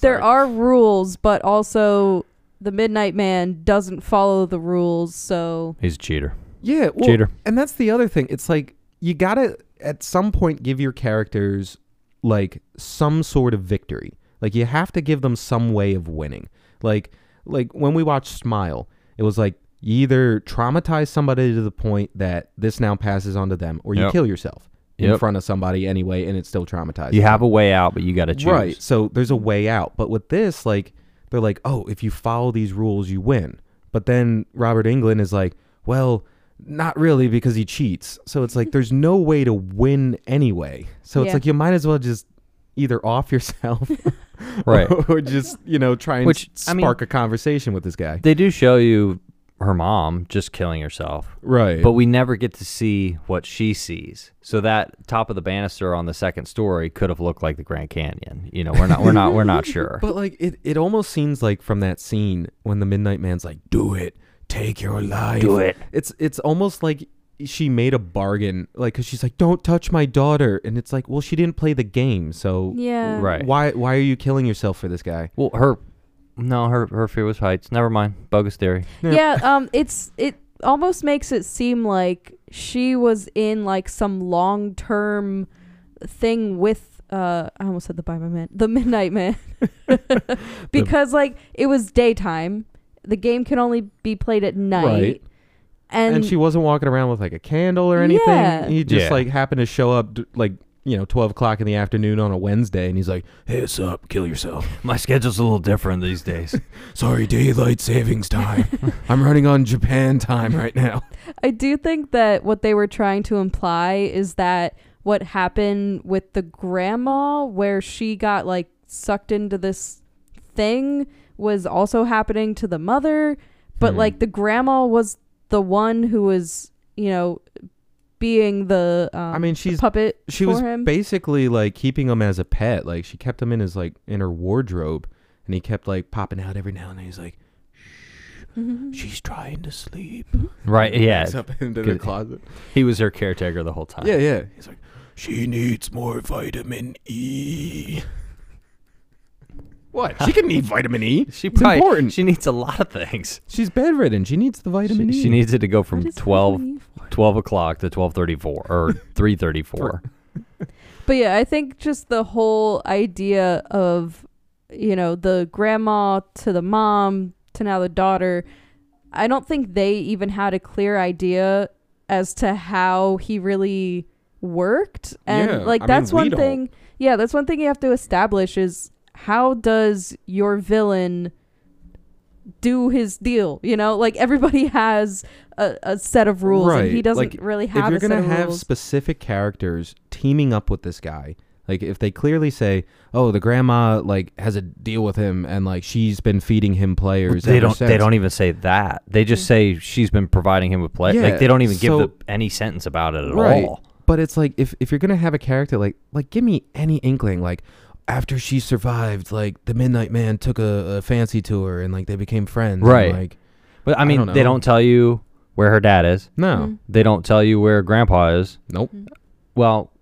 Speaker 3: there are rules, but also the Midnight Man doesn't follow the rules. So
Speaker 2: [laughs] He's a cheater.
Speaker 1: Yeah, well,
Speaker 2: Cheater.
Speaker 1: And that's the other thing. It's like you gotta at some point give your characters like some sort of victory. Like you have to give them some way of winning. Like like when we watched Smile, it was like you either traumatize somebody to the point that this now passes on to them, or you
Speaker 2: Yep.
Speaker 1: kill yourself in
Speaker 2: Yep.
Speaker 1: front of somebody anyway, and it's still traumatized.
Speaker 2: You have a way out, but you got to choose.
Speaker 1: Right. So there's a way out. But with this, like, they're like, oh, if you follow these rules, you win. But then Robert England is like, well, not really because he cheats. So it's like, there's no way to win anyway. So it's
Speaker 3: Yeah.
Speaker 1: like, you might as well just either off yourself
Speaker 2: [laughs] Right.
Speaker 1: [laughs] or just, you know, try and
Speaker 2: Which,
Speaker 1: s-
Speaker 2: I
Speaker 1: spark
Speaker 2: mean-
Speaker 1: a conversation with this guy.
Speaker 2: They do show you her mom just killing herself,
Speaker 1: Right.
Speaker 2: but we never get to see what she sees. So that top of the banister on the second story could have looked like the Grand Canyon. You know, we're not, we're not,
Speaker 3: [laughs]
Speaker 2: we're not sure.
Speaker 1: But like it, it almost seems like from that scene when the Midnight Man's like, "Do it, take your life,
Speaker 2: Do it."
Speaker 1: It's it's almost like she made a bargain, like because she's like, "Don't touch my daughter," and it's like, well, she didn't play the game, so
Speaker 3: yeah,
Speaker 2: Right.
Speaker 1: Why why are you killing yourself for this guy?
Speaker 2: Well, her, no, her, her fear was heights. Never mind, bogus theory.
Speaker 3: yeah. Um, it's it almost makes it seem like she was in like some long term thing with uh I almost said the by my man the
Speaker 1: [laughs]
Speaker 3: Midnight Man [laughs] because like it was daytime. The game can only be played at night.
Speaker 1: Right.
Speaker 3: And,
Speaker 1: And, she wasn't walking around with like a candle or anything.
Speaker 3: Yeah.
Speaker 1: He just
Speaker 2: Yeah.
Speaker 1: like happened to show up d- like you know twelve o'clock in the afternoon on a Wednesday, and he's like, "Hey, what's up? Kill yourself."
Speaker 2: My schedule's a little different these days.
Speaker 1: Sorry, daylight savings time. I'm running on Japan time right
Speaker 3: [laughs]
Speaker 1: now.
Speaker 3: I do think that what they were trying to imply is that what happened with the grandma, where she got like sucked into this thing, was also happening to the mother. But
Speaker 1: Hmm.
Speaker 3: like the grandma was the one who was, you know, being the um,
Speaker 1: I mean,
Speaker 3: the
Speaker 1: she's
Speaker 3: puppet
Speaker 1: she
Speaker 3: for
Speaker 1: was
Speaker 3: him.
Speaker 1: basically like keeping him as a pet. Like she kept him in his like in her wardrobe, and he kept like popping out every now and then. He's like,
Speaker 3: Mm-hmm.
Speaker 1: "She's trying to sleep."
Speaker 2: [laughs] right? Yeah.
Speaker 1: He's up into the
Speaker 2: Good. Uh,
Speaker 1: closet.
Speaker 2: He was her caretaker the whole time.
Speaker 1: Yeah, yeah. He's like, "She needs more vitamin E." what? She can need vitamin E.
Speaker 2: She
Speaker 1: It's
Speaker 2: probably
Speaker 1: important.
Speaker 2: she needs a lot of things.
Speaker 1: She's bedridden. She needs the vitamin E.
Speaker 2: She, she needs it to go
Speaker 3: What
Speaker 2: from
Speaker 3: is that
Speaker 2: 12,
Speaker 3: even for?
Speaker 2: 12 o'clock to twelve thirty four or three thirty four.
Speaker 3: But yeah, I think just the whole idea of, you know, the grandma to the mom to now the daughter, I don't think they even had a clear idea as to how he really worked. And
Speaker 1: Yeah,
Speaker 3: like
Speaker 1: I mean,
Speaker 3: that's
Speaker 1: we
Speaker 3: one
Speaker 1: don't.
Speaker 3: thing. Yeah, that's one thing you have to establish is how does your villain do his deal, you know? Like everybody [laughs] has a, a set of rules and
Speaker 1: Right,
Speaker 3: he doesn't
Speaker 1: like,
Speaker 3: really
Speaker 1: if
Speaker 3: have
Speaker 1: you're
Speaker 3: a set
Speaker 1: gonna
Speaker 3: of
Speaker 1: have
Speaker 3: rules.
Speaker 1: specific characters teaming up with this guy, Like if they clearly say, "Oh, the grandma like has a deal with him and like she's been feeding him players."
Speaker 2: They
Speaker 1: ever
Speaker 2: don't. They
Speaker 1: since."
Speaker 2: don't even say that. They just say she's been providing him with play.
Speaker 1: Yeah,
Speaker 2: like they don't even
Speaker 1: so-
Speaker 2: give the, any sentence about it at
Speaker 1: Right.
Speaker 2: all.
Speaker 1: But it's like if if you're gonna have a character like like give me any inkling like after she survived like the Midnight Man took a, a fancy to her and like they became friends. and,
Speaker 2: Right.
Speaker 1: like
Speaker 2: But I
Speaker 1: I
Speaker 2: mean,
Speaker 1: don't
Speaker 2: they
Speaker 1: know.
Speaker 2: don't tell you where her dad is.
Speaker 1: no,
Speaker 3: Mm.
Speaker 2: They don't tell you where grandpa is.
Speaker 1: nope.
Speaker 3: Mm-hmm.
Speaker 2: Well,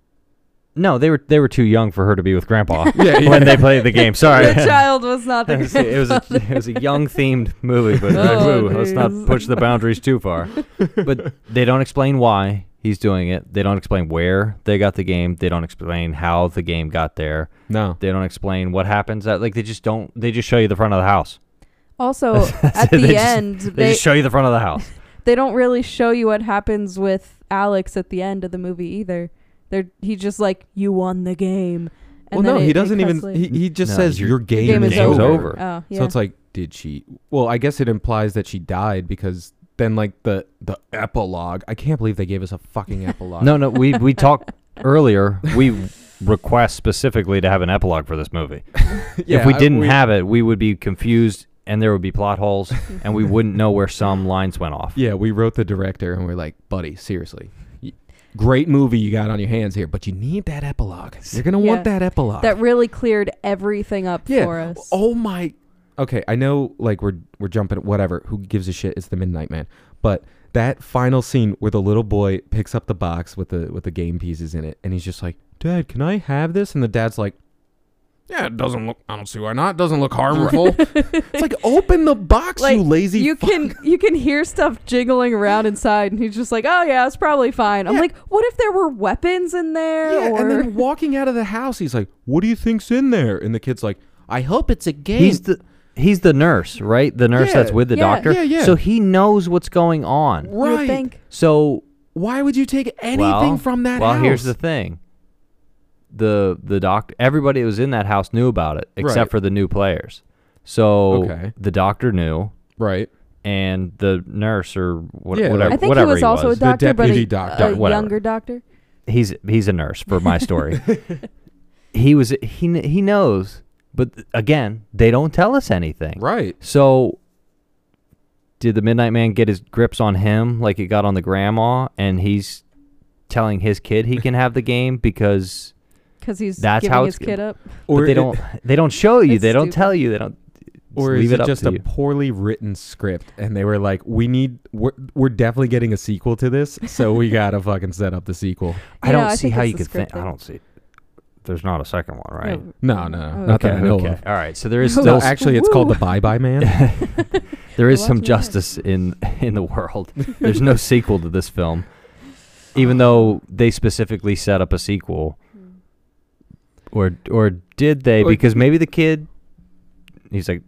Speaker 2: no, they were they were too young for her to be
Speaker 3: [laughs]
Speaker 2: with grandpa
Speaker 3: Mm-hmm.
Speaker 1: Yeah,
Speaker 2: [laughs] when they played the game. Sorry.
Speaker 3: The
Speaker 1: [laughs]
Speaker 3: child was not the
Speaker 2: [laughs] it was it was a, it was a young themed movie, but
Speaker 3: Oh,
Speaker 2: woo, let's not
Speaker 3: geez.
Speaker 2: push the boundaries
Speaker 3: [laughs]
Speaker 2: too far. But they don't explain why he's doing it. They don't explain where they got the game. They don't explain how the game got there.
Speaker 1: no.
Speaker 2: They don't explain what happens. At, like they just don't. They just show you the front of the house.
Speaker 1: [laughs]
Speaker 3: Also, at
Speaker 2: They
Speaker 3: the
Speaker 2: just-
Speaker 3: end,
Speaker 2: They,
Speaker 3: they
Speaker 2: just show you the front of the house.
Speaker 3: they don't really show you what happens with Alex at the end of the movie either. They're he just like you won the game.
Speaker 1: Well,
Speaker 3: And then
Speaker 1: no,
Speaker 3: it-
Speaker 1: he
Speaker 3: it
Speaker 1: doesn't
Speaker 3: cuts
Speaker 1: even.
Speaker 3: later.
Speaker 1: He, he just
Speaker 2: No,
Speaker 1: says your,
Speaker 2: your-
Speaker 1: game,
Speaker 3: game
Speaker 1: is
Speaker 3: is
Speaker 1: over.
Speaker 2: over.
Speaker 3: oh yeah.
Speaker 1: So it's like, did she? Well, I guess it implies that she died because then like the the epilogue. I can't believe they gave us a fucking epilogue. [laughs]
Speaker 2: No, no. We we talked earlier. We request specifically to have an epilogue for this movie.
Speaker 1: Yeah,
Speaker 2: if we
Speaker 1: I-
Speaker 2: didn't have it, we would be confused and there would be plot holes and we wouldn't know where some lines went off.
Speaker 1: Yeah, we wrote the director and we're like, buddy, seriously. y- Great movie you got on your hands here, but you need that epilogue. You're gonna want
Speaker 3: Yeah.
Speaker 1: that epilogue.
Speaker 3: that really cleared everything up
Speaker 1: yeah.
Speaker 3: for us.
Speaker 1: Oh my. Okay, I know like we're we're jumping whatever. Who gives a shit? It's the Midnight Man. But that final scene where the little boy picks up the box with the with the game pieces in it, and he's just like, "Dad, can I have this?" And the dad's like, "Yeah, it doesn't look. I don't see why not. It doesn't look
Speaker 3: [laughs]
Speaker 1: harmful." it's like open the box,
Speaker 3: Like,
Speaker 1: you lazy.
Speaker 3: you
Speaker 1: fuck.
Speaker 3: can you can hear stuff jiggling around inside, and he's just like, "Oh yeah, it's probably fine." I'm
Speaker 1: Yeah.
Speaker 3: like, "What if there were weapons in there?"
Speaker 1: Yeah,
Speaker 3: or
Speaker 1: and
Speaker 2: [laughs]
Speaker 1: then walking out of the house, he's like, "What do you think's in there?" And the kid's like, "I hope it's a game."
Speaker 2: He's the he's the nurse, right? The nurse
Speaker 1: Yeah.
Speaker 2: that's with the
Speaker 3: Yeah.
Speaker 2: doctor.
Speaker 1: Yeah, yeah.
Speaker 2: So he knows what's going on.
Speaker 3: You would
Speaker 1: right.
Speaker 3: think.
Speaker 2: So
Speaker 1: Why would you take anything
Speaker 2: well,
Speaker 1: from that
Speaker 2: Well,
Speaker 1: house?
Speaker 2: here's the thing. The the doctor everybody that was in that house knew about it except
Speaker 1: Right.
Speaker 2: for the new players. So
Speaker 1: Okay.
Speaker 2: the doctor knew
Speaker 1: right.
Speaker 2: and the nurse or what,
Speaker 1: Yeah,
Speaker 2: whatever
Speaker 1: like-
Speaker 3: I think he
Speaker 2: whatever
Speaker 3: was also
Speaker 2: was.
Speaker 3: a doctor,
Speaker 1: deputy
Speaker 3: but a-
Speaker 1: doctor,
Speaker 3: a,
Speaker 2: whatever.
Speaker 3: younger doctor.
Speaker 2: he's he's a nurse for
Speaker 1: [laughs]
Speaker 2: my story. he was he kn- he knows, but th- again, they don't tell us anything.
Speaker 1: Right.
Speaker 2: So did the Midnight Man get his grips on him like it got on the grandma and he's telling his kid he can have the game because
Speaker 3: Because he's
Speaker 2: That's
Speaker 3: giving
Speaker 2: how
Speaker 3: his
Speaker 2: it's
Speaker 3: kid up.
Speaker 2: but they
Speaker 1: it- [laughs]
Speaker 2: don't they don't show you,
Speaker 3: That's
Speaker 2: they don't
Speaker 3: stupid.
Speaker 2: tell you, they don't
Speaker 1: Or
Speaker 2: leave
Speaker 1: is
Speaker 2: it
Speaker 1: it
Speaker 2: up
Speaker 1: just
Speaker 2: to
Speaker 1: a
Speaker 2: you.
Speaker 1: poorly written script? And they were like, "We need. We're, we're definitely getting a sequel to this, so
Speaker 2: [laughs]
Speaker 1: we gotta fucking set up the sequel."
Speaker 2: I
Speaker 3: You
Speaker 2: don't
Speaker 3: know, I
Speaker 2: see
Speaker 3: think
Speaker 2: how
Speaker 3: it's
Speaker 2: you
Speaker 3: the
Speaker 2: could think I
Speaker 3: scripted.
Speaker 2: don't see there's not a second one, right?
Speaker 1: No, no,
Speaker 3: Oh,
Speaker 1: not that I
Speaker 2: Okay,
Speaker 1: know
Speaker 2: okay.
Speaker 1: of.
Speaker 2: All right. So there is
Speaker 3: [laughs] No,
Speaker 2: still
Speaker 1: No, actually, it's called the Bye Bye
Speaker 2: [laughs]
Speaker 1: Man.
Speaker 2: There is
Speaker 3: Well,
Speaker 2: some
Speaker 3: that's what it
Speaker 2: justice in [laughs] in the world.
Speaker 3: [laughs]
Speaker 2: There's no sequel to this film, even though they specifically set up a sequel. Or or did they?
Speaker 1: Or-
Speaker 2: Because maybe the kid, he's like,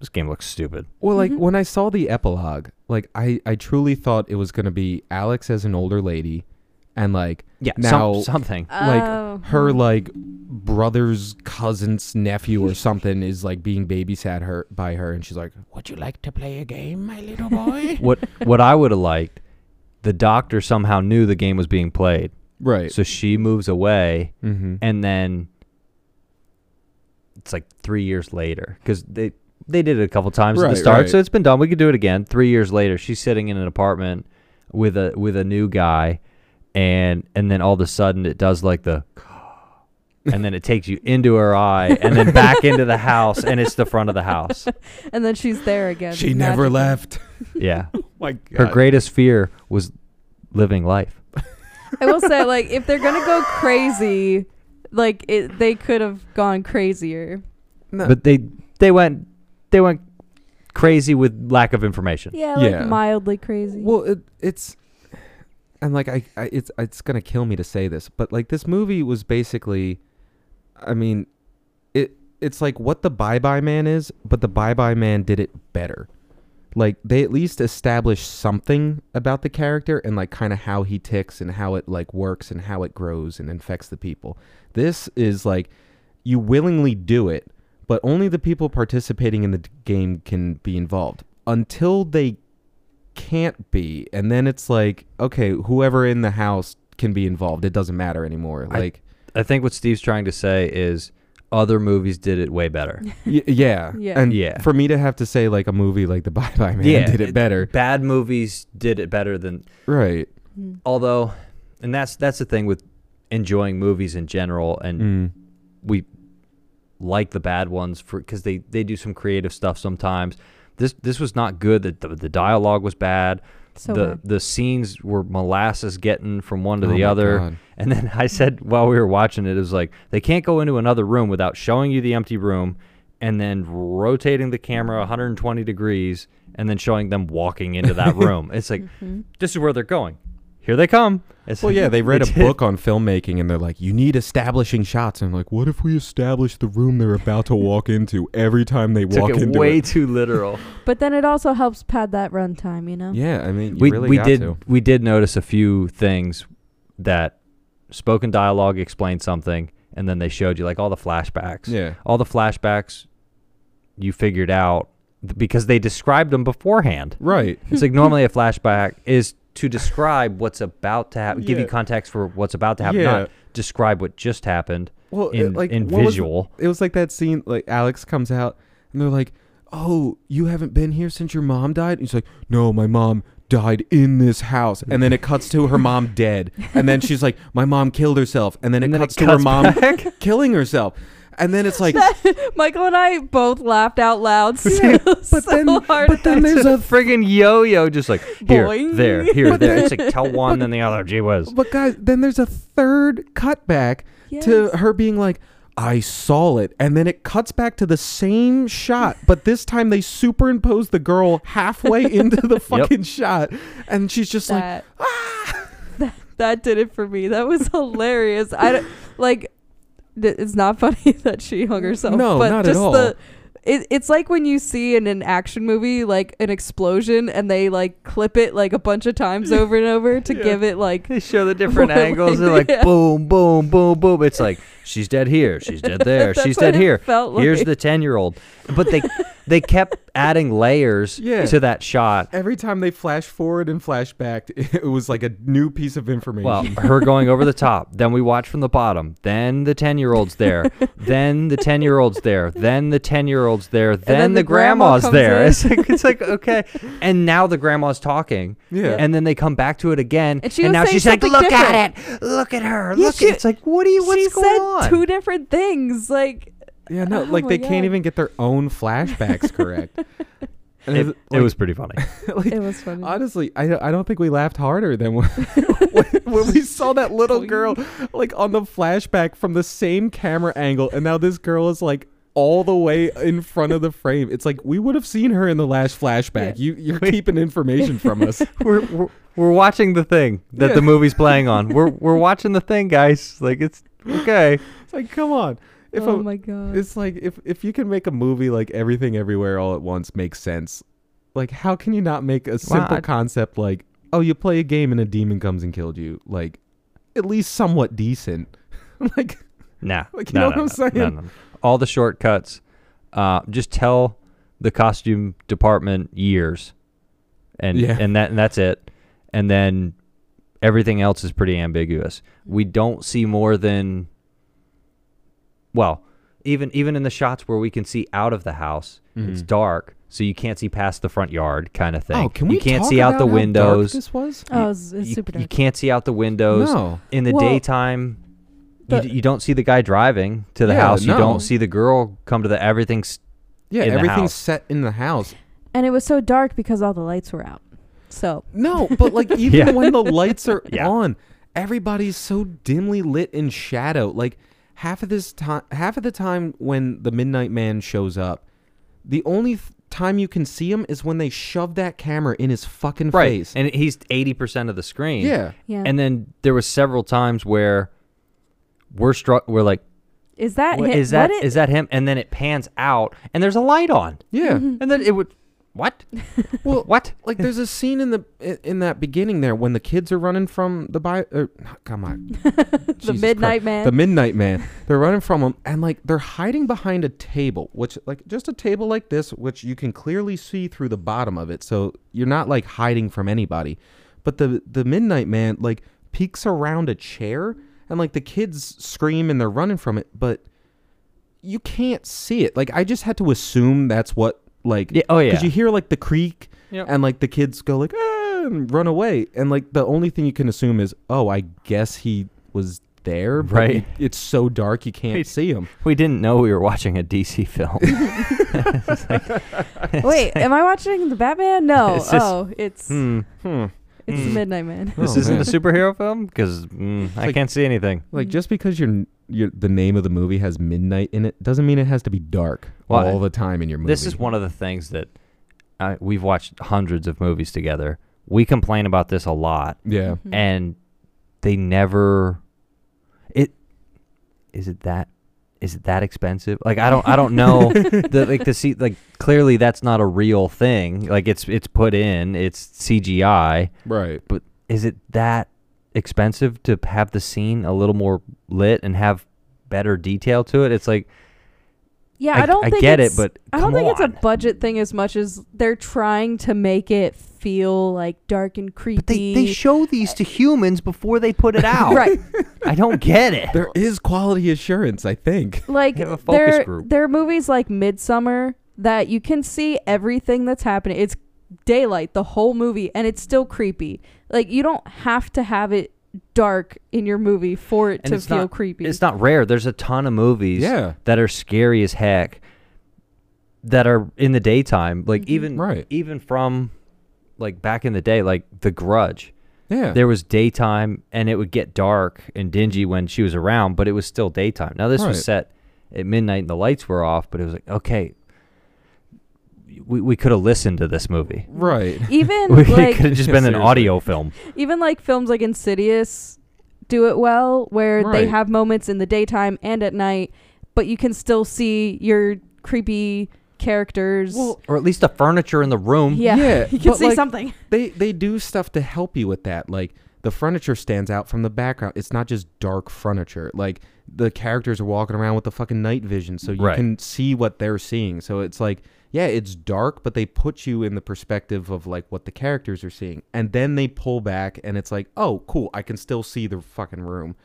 Speaker 2: this game looks stupid.
Speaker 1: well, like
Speaker 3: Mhm.
Speaker 1: when I saw the epilogue, like I I truly thought it was gonna be Alex as an older lady, and like
Speaker 2: Yeah,
Speaker 1: now
Speaker 2: something.
Speaker 1: like
Speaker 3: Oh.
Speaker 1: her like brother's cousin's nephew or something is like being babysat her by her and she's like would you like to play a game my [laughs] little boy
Speaker 2: [laughs] what what I would have liked, the doctor somehow knew the game was being played,
Speaker 1: right
Speaker 2: so she moves away,
Speaker 1: mm-hmm.
Speaker 2: and then it's like three years later because they they did it a couple times at
Speaker 1: Right,
Speaker 2: the start,
Speaker 1: right.
Speaker 2: so it's been done. We could do it again. Three years later, she's sitting in an apartment with a with a new guy, and and then all of a sudden it does like the. [laughs] And then it takes you into her eye, and then back into the house, and it's the front of
Speaker 1: [laughs]
Speaker 2: the house.
Speaker 3: and then she's there again.
Speaker 1: she never
Speaker 3: magically.
Speaker 1: left
Speaker 2: Yeah,
Speaker 1: my god
Speaker 2: her greatest fear was living life.
Speaker 3: I will say, like, if they're gonna go crazy, like it, they could have gone crazier.
Speaker 1: no.
Speaker 2: But they they went they went crazy with lack of information.
Speaker 3: Yeah, like
Speaker 1: Yeah.
Speaker 3: mildly crazy.
Speaker 1: well it, it's and like I, I it's it's gonna kill me to say this but like this movie was basically i mean it it's like what the bye bye man is but the bye bye man did it better like they at least established something about the character and like kind of how he ticks and how it like works and how it grows and infects the people this is like you willingly do it but only the people participating in the d- game can be involved until they can't be and then it's like okay whoever in the house can be involved it doesn't matter anymore
Speaker 2: I-
Speaker 1: like
Speaker 2: I think what Steve's trying to say is other movies did it way better.
Speaker 1: Y- [laughs] yeah.
Speaker 3: Yeah.
Speaker 1: And
Speaker 2: Yeah.
Speaker 1: for me to have to say like a movie like The Bye Bye Man did it better.
Speaker 2: Bad movies did it better than
Speaker 1: Right.
Speaker 3: Mm.
Speaker 2: although and that's that's the thing with enjoying movies in general and
Speaker 1: Mm.
Speaker 2: we like the bad ones for because they they do some creative stuff sometimes. This this was not good. The the, the dialogue was bad.
Speaker 3: So
Speaker 2: the
Speaker 3: bad.
Speaker 2: the scenes were molasses getting from one to
Speaker 1: Oh
Speaker 2: the
Speaker 1: my
Speaker 2: other.
Speaker 1: God.
Speaker 2: And then [laughs] I said while we were watching it, it was like they can't go into another room without showing you the empty room, and then rotating the camera 120 degrees, and then showing them walking into
Speaker 1: [laughs]
Speaker 2: that room. It's like
Speaker 3: Mm-hmm.
Speaker 2: this is where they're going. Here they come. It's
Speaker 1: Well,
Speaker 2: like- [laughs]
Speaker 1: yeah, [laughs] they read a
Speaker 2: did.
Speaker 1: book on filmmaking and they're like, you need establishing shots. And I'm like, what if we establish the room they're about to walk into every time they
Speaker 2: Took
Speaker 1: walk
Speaker 2: it
Speaker 1: into
Speaker 2: way
Speaker 1: it?
Speaker 2: too literal.
Speaker 3: But then it also helps pad that runtime, you know?
Speaker 1: Yeah, I mean, [laughs] you
Speaker 2: we
Speaker 1: really
Speaker 2: we
Speaker 1: got
Speaker 2: did
Speaker 1: to.
Speaker 2: we did notice a few things that spoken dialogue explained something, and then they showed you like all the flashbacks.
Speaker 1: Yeah.
Speaker 2: all the flashbacks you figured out th- because they described them beforehand.
Speaker 1: Right.
Speaker 2: It's [laughs] like normally a flashback is to describe what's about to happen, give you
Speaker 1: Yeah.
Speaker 2: context for what's about to happen,
Speaker 1: Yeah.
Speaker 2: not describe what just happened
Speaker 1: Well,
Speaker 2: in,
Speaker 1: it, like
Speaker 2: in
Speaker 1: what was-
Speaker 2: visual.
Speaker 1: it was like that scene, like Alex comes out and they're like, oh, you haven't been here since your mom died? And he's like, no, my mom died in this house. And then it cuts to her
Speaker 2: [laughs]
Speaker 1: mom dead. And then she's like, my mom killed herself. And then it
Speaker 2: And then
Speaker 1: cuts
Speaker 2: it
Speaker 1: to her
Speaker 2: cuts
Speaker 1: mom
Speaker 2: [laughs]
Speaker 1: killing herself. And then it's like,
Speaker 3: Michael and I both laughed out loud so, [laughs] so
Speaker 1: [laughs] but then,
Speaker 3: hard.
Speaker 1: but
Speaker 3: [laughs]
Speaker 1: then there's a
Speaker 2: friggin' yo-yo just like here,
Speaker 3: Boing.
Speaker 2: there, here, there. It's like [laughs] tell one, then the other. Gee whiz.
Speaker 1: But guys, then there's a third cutback to
Speaker 3: Yes.
Speaker 1: her being like, "I saw it," and then it cuts back to the same shot, but this time they superimpose the girl
Speaker 3: [laughs]
Speaker 1: halfway into the fucking shot, and she's just like,
Speaker 3: that. "Ah!" [laughs] that that did it for me. That was hilarious. I don't- like th- it's not [laughs] funny that she hung herself.
Speaker 1: No,
Speaker 3: but
Speaker 1: not at
Speaker 3: just
Speaker 1: all.
Speaker 3: The, it, it's like when you see in an action movie like an explosion and they like clip it like a bunch of
Speaker 2: [laughs]
Speaker 3: times over and over to
Speaker 2: Yeah.
Speaker 3: give it like
Speaker 2: They show the different
Speaker 3: Boiling,
Speaker 2: angles. They're [laughs] like
Speaker 3: yeah.
Speaker 2: boom, boom, boom, boom. It's like she's dead here, she's dead [laughs] there,
Speaker 3: That's
Speaker 2: she's
Speaker 3: what
Speaker 2: dead
Speaker 3: it
Speaker 2: here.
Speaker 3: felt
Speaker 2: Here's
Speaker 3: like.
Speaker 2: the ten year old. But they
Speaker 3: [laughs]
Speaker 2: they kept adding layers
Speaker 1: Yeah.
Speaker 2: to that shot.
Speaker 1: every time they flash forward and flash back, [laughs] it was like a new piece of information.
Speaker 2: Well, her
Speaker 3: [laughs]
Speaker 2: going over the top. Then we watch from the bottom. Then the ten year old's there. then the ten year old's there. Then the ten year old's there. Then,
Speaker 3: then
Speaker 2: the,
Speaker 3: the grandma
Speaker 2: grandma's
Speaker 3: comes
Speaker 2: there.
Speaker 3: in.
Speaker 2: It's like it's like okay. And now the grandma's talking.
Speaker 1: [laughs] Yeah.
Speaker 2: And then they come back to it again.
Speaker 3: And she was
Speaker 2: now
Speaker 3: saying
Speaker 2: she's like,
Speaker 3: something
Speaker 2: look
Speaker 3: different."
Speaker 2: at it. Look at her.
Speaker 3: Yeah,
Speaker 2: look.
Speaker 3: she-
Speaker 2: at, it's like what do you? What's
Speaker 3: she
Speaker 2: going
Speaker 3: said
Speaker 2: on?
Speaker 3: two different things. Like
Speaker 1: yeah, no,
Speaker 3: [laughs] oh
Speaker 1: like
Speaker 3: my
Speaker 1: they
Speaker 3: God.
Speaker 1: can't even get their own flashbacks
Speaker 3: [laughs]
Speaker 1: correct. And
Speaker 2: It, it
Speaker 1: like-
Speaker 2: was pretty funny.
Speaker 1: [laughs] like,
Speaker 3: it was funny.
Speaker 1: Honestly, I, I don't think we laughed harder than
Speaker 3: [laughs]
Speaker 1: when, [laughs] when, when we saw that little girl like on the flashback from the same camera angle, and now this girl is like all the way in front of the frame. It's like we would have seen her in the last flashback. You
Speaker 3: [laughs]
Speaker 1: you're keeping information from us.
Speaker 2: we're, we're we're watching the thing that the movie's playing on. We're we're watching the thing, guys. Like it's okay.
Speaker 1: It's like come on, if
Speaker 3: oh
Speaker 1: a-
Speaker 3: my
Speaker 2: Mm.
Speaker 3: god.
Speaker 1: it's like if if you can make a movie like everything everywhere all at once makes sense, like how can you not make a simple
Speaker 2: I-
Speaker 1: concept like oh you play a game and a demon comes and killed you like at least somewhat decent [laughs] like.
Speaker 2: Nah.
Speaker 1: [laughs] Like, you
Speaker 2: nah,
Speaker 1: know
Speaker 2: nah,
Speaker 1: what I'm
Speaker 2: nah,
Speaker 1: saying?
Speaker 2: nah, nah. All the shortcuts. Uh, just tell the costume department years, and
Speaker 1: Yeah.
Speaker 2: and that and that's it. And then everything else is pretty ambiguous. We don't see more than well, even even in the shots where we can see out of the house, it's dark, so you can't see past the front yard kind of thing.
Speaker 1: Mm-hmm. Oh, can we?
Speaker 2: you can't
Speaker 1: talk
Speaker 2: see out
Speaker 1: about
Speaker 2: the
Speaker 1: how dark
Speaker 2: windows.
Speaker 1: This was
Speaker 3: oh, it's, it's
Speaker 2: you,
Speaker 3: super
Speaker 2: you
Speaker 3: dark.
Speaker 2: can't see out the windows
Speaker 1: No.
Speaker 2: in the
Speaker 3: Well,
Speaker 2: daytime. You,
Speaker 3: the-
Speaker 2: d- you don't see the guy driving to the
Speaker 1: Yeah,
Speaker 2: house. You
Speaker 1: no.
Speaker 2: don't see the girl come to the everything's.
Speaker 1: Yeah,
Speaker 2: in the
Speaker 1: everything's
Speaker 2: house.
Speaker 1: set in the house.
Speaker 3: and it was so dark because all the lights were out. So
Speaker 1: No, but
Speaker 2: [laughs]
Speaker 1: like even
Speaker 2: Yeah.
Speaker 1: when the lights are
Speaker 2: [laughs] Yeah.
Speaker 1: on, everybody's so dimly lit in shadow. Like half of this time, half of the time when the Midnight Man shows up, the only th- time you can see him is when they shove that camera in his fucking face.
Speaker 2: And he's 80% of the screen.
Speaker 1: yeah,
Speaker 3: yeah.
Speaker 2: And then there was several times where we're struck, we're like,
Speaker 3: is that
Speaker 2: "What-
Speaker 3: him?
Speaker 2: is that
Speaker 3: what
Speaker 2: is that him? And then it pans out and there's a light on.
Speaker 1: yeah.
Speaker 2: And then it would,
Speaker 3: [laughs]
Speaker 2: what?
Speaker 1: Well,
Speaker 2: What?
Speaker 1: Like there's a scene in the in, in that beginning there when the kids are running from the bi- or, come on
Speaker 3: [laughs] the Midnight Man?
Speaker 1: the midnight man they're running from him and like they're hiding behind a table which like just a table like this which you can clearly see through the bottom of it so you're not like hiding from anybody but the the midnight man like peeks around a chair and like the kids scream and they're running from it, but you can't see it. Like I just had to assume that's what like
Speaker 2: Yeah, oh, yeah.
Speaker 1: because you hear like the creak
Speaker 2: Yep.
Speaker 1: and like the kids go like ah, and run away and like the only thing you can assume is oh I guess he was there but
Speaker 2: Right.
Speaker 1: you- it's so dark you can't
Speaker 2: Right.
Speaker 1: see him
Speaker 2: We didn't know we were watching a DC [laughs] film.
Speaker 3: [laughs] Wait, am I watching the Batman? No.
Speaker 2: [laughs] It's just-
Speaker 3: oh, it's
Speaker 2: hmm.
Speaker 1: hmm.
Speaker 3: it's the
Speaker 2: mm.
Speaker 3: Midnight Man.
Speaker 2: This
Speaker 1: Oh,
Speaker 2: isn't
Speaker 1: man.
Speaker 2: a superhero film because mm, I
Speaker 1: like-
Speaker 2: can't see anything.
Speaker 1: like just because your your the name of the movie has midnight in it doesn't mean it has to be dark
Speaker 2: Well,
Speaker 1: all the time in your movie
Speaker 2: This is one of the things that uh, we've watched hundreds of movies together. We complain about this a lot,
Speaker 1: yeah
Speaker 3: Mhm.
Speaker 2: and they never. It is it that is it that expensive? Like I don't I don't know the like the see like clearly that's not a real thing. Like it's it's put in it's CGI.
Speaker 1: right
Speaker 2: Is it that expensive to have the scene a little more lit and have better detail to it? It's like
Speaker 3: Yeah,
Speaker 2: I,
Speaker 3: I, don't
Speaker 2: I
Speaker 3: think
Speaker 2: get it,
Speaker 3: it's-
Speaker 2: but
Speaker 3: I don't
Speaker 2: come
Speaker 3: think it's
Speaker 2: on.
Speaker 3: a budget thing as much as they're trying to make it feel like dark and creepy.
Speaker 2: But they, they show these to humans before they put
Speaker 3: [laughs]
Speaker 2: it out.
Speaker 3: right.
Speaker 2: I don't get it.
Speaker 1: there is quality assurance i think
Speaker 3: Like
Speaker 2: They have a focus
Speaker 3: there
Speaker 2: group.
Speaker 3: there are movies like Midsummer that you can see everything that's happening. It's daylight the whole movie and it's still creepy. Like you don't have to have it dark in your movie for it
Speaker 2: And
Speaker 3: to
Speaker 2: it's
Speaker 3: feel
Speaker 2: not-
Speaker 3: creepy.
Speaker 2: [laughs] It's not rare. There's a ton of movies
Speaker 1: yeah
Speaker 2: that are scary as heck that are in the daytime. Like
Speaker 3: Mhm.
Speaker 2: even
Speaker 1: Right.
Speaker 2: even from like back in the day, like The Grudge.
Speaker 1: yeah
Speaker 2: There was daytime and it would get dark and dingy when she was around, but it was still daytime. Now this
Speaker 1: Right.
Speaker 2: was set at midnight and the lights were off, but it was like, okay, we, we could have listened to this movie.
Speaker 1: right
Speaker 3: even
Speaker 2: [laughs] We
Speaker 3: like
Speaker 2: could have just
Speaker 1: Yeah,
Speaker 2: been an
Speaker 1: seriously.
Speaker 2: audio film.
Speaker 3: even like films like Insidious do it well where
Speaker 1: Right.
Speaker 3: they have moments in the daytime and at night, but you can still see your creepy characters. [laughs]
Speaker 2: or at least the furniture in the room.
Speaker 3: yeah,
Speaker 1: yeah,
Speaker 3: [laughs] you can
Speaker 1: but,
Speaker 3: see
Speaker 1: like,
Speaker 2: [laughs]
Speaker 3: something.
Speaker 1: they they do stuff to help you with that like the furniture stands out from the background it's not just dark furniture like the characters are walking around with the fucking night vision so you
Speaker 2: Right.
Speaker 1: can see what they're seeing so it's like yeah it's dark but they put you in the perspective of like what the characters are seeing and then they pull back and it's like oh cool i can still see the fucking room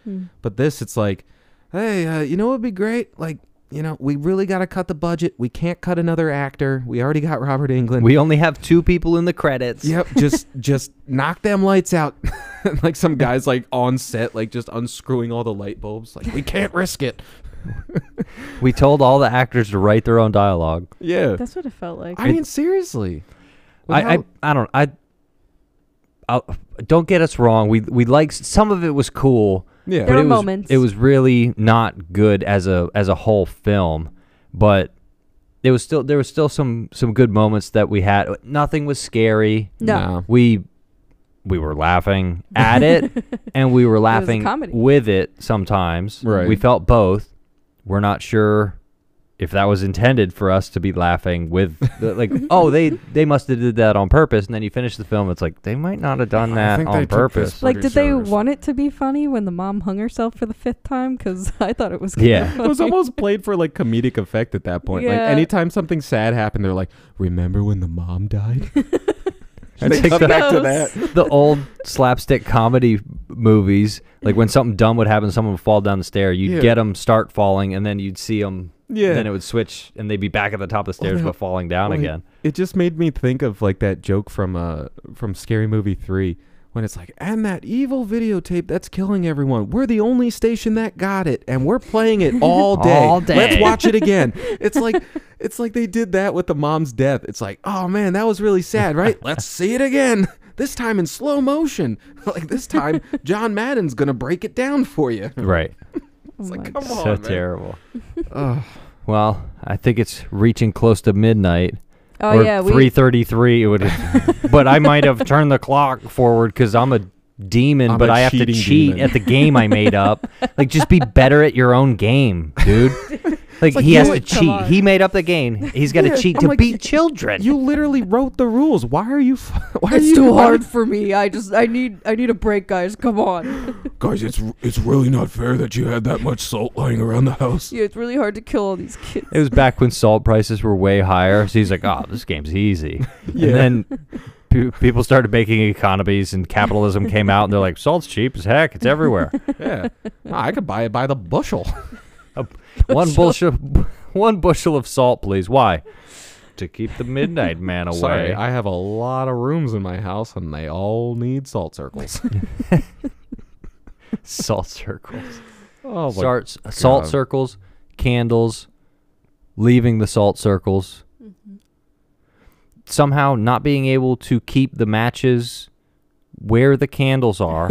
Speaker 1: but this it's like hey uh, you know what would be great like you know we really got to cut the budget we can't cut another actor we already got robert england
Speaker 2: We only have two people in the credits.
Speaker 1: Yep, [laughs] just just knock them lights out. [laughs] like some guys like on set, like just unscrewing all the light bulbs. Like we can't risk it.
Speaker 2: We told all the actors to write their own dialogue.
Speaker 1: Yeah,
Speaker 3: That's what it felt like.
Speaker 1: I mean seriously.
Speaker 2: I, I
Speaker 1: Without-
Speaker 2: I don't I I'll, don't get us wrong. We we liked some of it was cool,
Speaker 1: yeah,
Speaker 3: There
Speaker 2: but
Speaker 3: were
Speaker 2: it was
Speaker 3: moments.
Speaker 2: it was really not good as a as a whole film, but there was still there was still some some good moments that we had. Nothing was scary.
Speaker 3: no. [laughs]
Speaker 2: Uh-huh. We we were laughing at it and we were laughing
Speaker 3: comedy.
Speaker 2: with it sometimes.
Speaker 1: Right.
Speaker 2: We felt both. We're not sure if that was intended for us to be
Speaker 1: [laughs]
Speaker 2: laughing with the, like oh they they must have did that on purpose and then you finish the film it's like they might not have done
Speaker 1: I
Speaker 2: that
Speaker 1: think they
Speaker 2: on
Speaker 1: took this
Speaker 2: purpose.
Speaker 3: Like, did they
Speaker 1: Producers.
Speaker 3: want it to be funny when the mom hung herself for the fifth time? Because [laughs] I thought it was kinda
Speaker 2: Yeah.
Speaker 1: It was
Speaker 3: funny.
Speaker 1: almost played for like comedic effect at that point. Like
Speaker 3: Yeah.
Speaker 1: anytime something sad happened, they're like, "Remember when the mom
Speaker 3: [laughs]
Speaker 1: died?" And
Speaker 2: She
Speaker 1: they cut back to
Speaker 3: goes.
Speaker 1: that.
Speaker 2: the old slapstick comedy movies like when something dumb would happen someone would fall down the stair you'd 'em
Speaker 1: Yeah.
Speaker 2: get them start falling and then you'd see them
Speaker 1: Yeah,
Speaker 2: then it would switch and they'd be back at the top of the
Speaker 1: Well,
Speaker 2: stairs
Speaker 1: no.
Speaker 2: but falling down
Speaker 1: Well, it- [laughs]
Speaker 2: again.
Speaker 1: it just made me think of like that joke from uh from Scary Movie 3 when it's like and that evil videotape that's killing everyone. We're the only station that got it and we're playing
Speaker 3: [laughs]
Speaker 1: it all day.
Speaker 2: All day.
Speaker 1: Let's watch it again. It's like it's like they did that with the mom's death. It's like, "Oh man, that was really sad,
Speaker 3: [laughs]
Speaker 1: right? Let's see it again." This time in slow motion. [laughs] Like this time John Madden's going to break it down for you.
Speaker 2: Right.
Speaker 3: Oh
Speaker 1: like,
Speaker 3: my
Speaker 1: come
Speaker 3: God.
Speaker 1: on.
Speaker 2: so
Speaker 1: man.
Speaker 2: terrible.
Speaker 1: Ugh.
Speaker 2: Well, I think it's reaching close to midnight.
Speaker 3: Oh
Speaker 2: or
Speaker 3: yeah, we.
Speaker 2: three thirty-three. It would, but I might have turned the clock forward because I'm a demon.
Speaker 1: I'm
Speaker 2: but
Speaker 1: a
Speaker 2: I have to
Speaker 1: cheating
Speaker 2: cheat
Speaker 1: demon.
Speaker 2: at the game I made up. like, just be better at your own game, dude. Like,
Speaker 1: like
Speaker 2: he
Speaker 1: you
Speaker 2: has to
Speaker 1: would-
Speaker 3: come
Speaker 2: cheat.
Speaker 3: on.
Speaker 2: He made up the game. He's got to
Speaker 1: Yeah,
Speaker 2: cheat
Speaker 1: I'm
Speaker 2: to
Speaker 1: like,
Speaker 2: beat children.
Speaker 1: You literally wrote the rules. Why are you f- [laughs] why are
Speaker 3: It's [laughs]
Speaker 1: you
Speaker 3: too
Speaker 1: why-
Speaker 3: hard for me. I just I need I need a break, guys. Come on.
Speaker 4: Guys, it's it's really not fair that you had that much salt lying around the house.
Speaker 3: [laughs] Yeah, it's really hard to kill all these kids. [laughs]
Speaker 2: It was back when salt prices were way higher. So he's like, oh, this game's easy.
Speaker 1: Yeah.
Speaker 2: And then pe- people started making economies and capitalism came out and they're like, salt's cheap as heck. It's everywhere.
Speaker 1: [laughs] Yeah. No, I could buy it by the bushel. [laughs]
Speaker 2: one bushel, [laughs] one bushel of salt, please. Why? To keep
Speaker 1: [laughs]
Speaker 2: the midnight man away.
Speaker 1: Sorry, I have a lot of rooms in my house and they all need salt [laughs] circles.
Speaker 2: [laughs] salt circles.
Speaker 1: oh, my
Speaker 2: Salt, salt
Speaker 1: God.
Speaker 2: circles, candles, leaving the salt circles.
Speaker 1: Mm-hmm.
Speaker 2: Somehow not being able to keep the matches where the candles
Speaker 1: [laughs]
Speaker 2: are.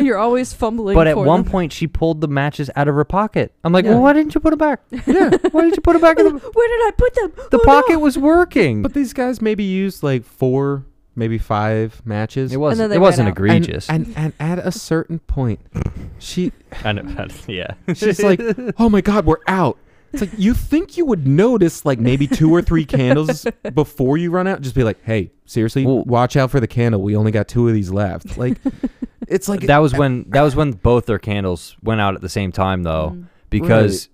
Speaker 3: You're always fumbling.
Speaker 2: but at
Speaker 3: for
Speaker 2: one
Speaker 3: them.
Speaker 2: point, she pulled the matches out of her pocket. I'm like,
Speaker 1: Yeah.
Speaker 2: well, why didn't you put
Speaker 1: [laughs]
Speaker 2: it back? Yeah. why didn't you put it back in the.
Speaker 3: [laughs] where did I put them?
Speaker 2: The
Speaker 3: Oh, no.
Speaker 2: pocket was working.
Speaker 1: But these guys maybe used like four, maybe five matches.
Speaker 2: it
Speaker 3: then
Speaker 2: wasn't.
Speaker 3: they
Speaker 2: It
Speaker 3: ran
Speaker 2: wasn't
Speaker 1: And-
Speaker 3: out.
Speaker 2: egregious.
Speaker 1: And, and at a certain point, she
Speaker 2: [laughs] yeah.
Speaker 1: she's like, "Oh my god, we're out." It's like you think you would notice like maybe two or three candles before you run out. Just be like, "Hey, seriously,
Speaker 2: Well-
Speaker 1: watch out for the candle. We only got two of these left." Like, it's like
Speaker 2: that was when that was when both their candles went out at the same time
Speaker 1: Oh,
Speaker 2: though
Speaker 3: Mm.
Speaker 2: because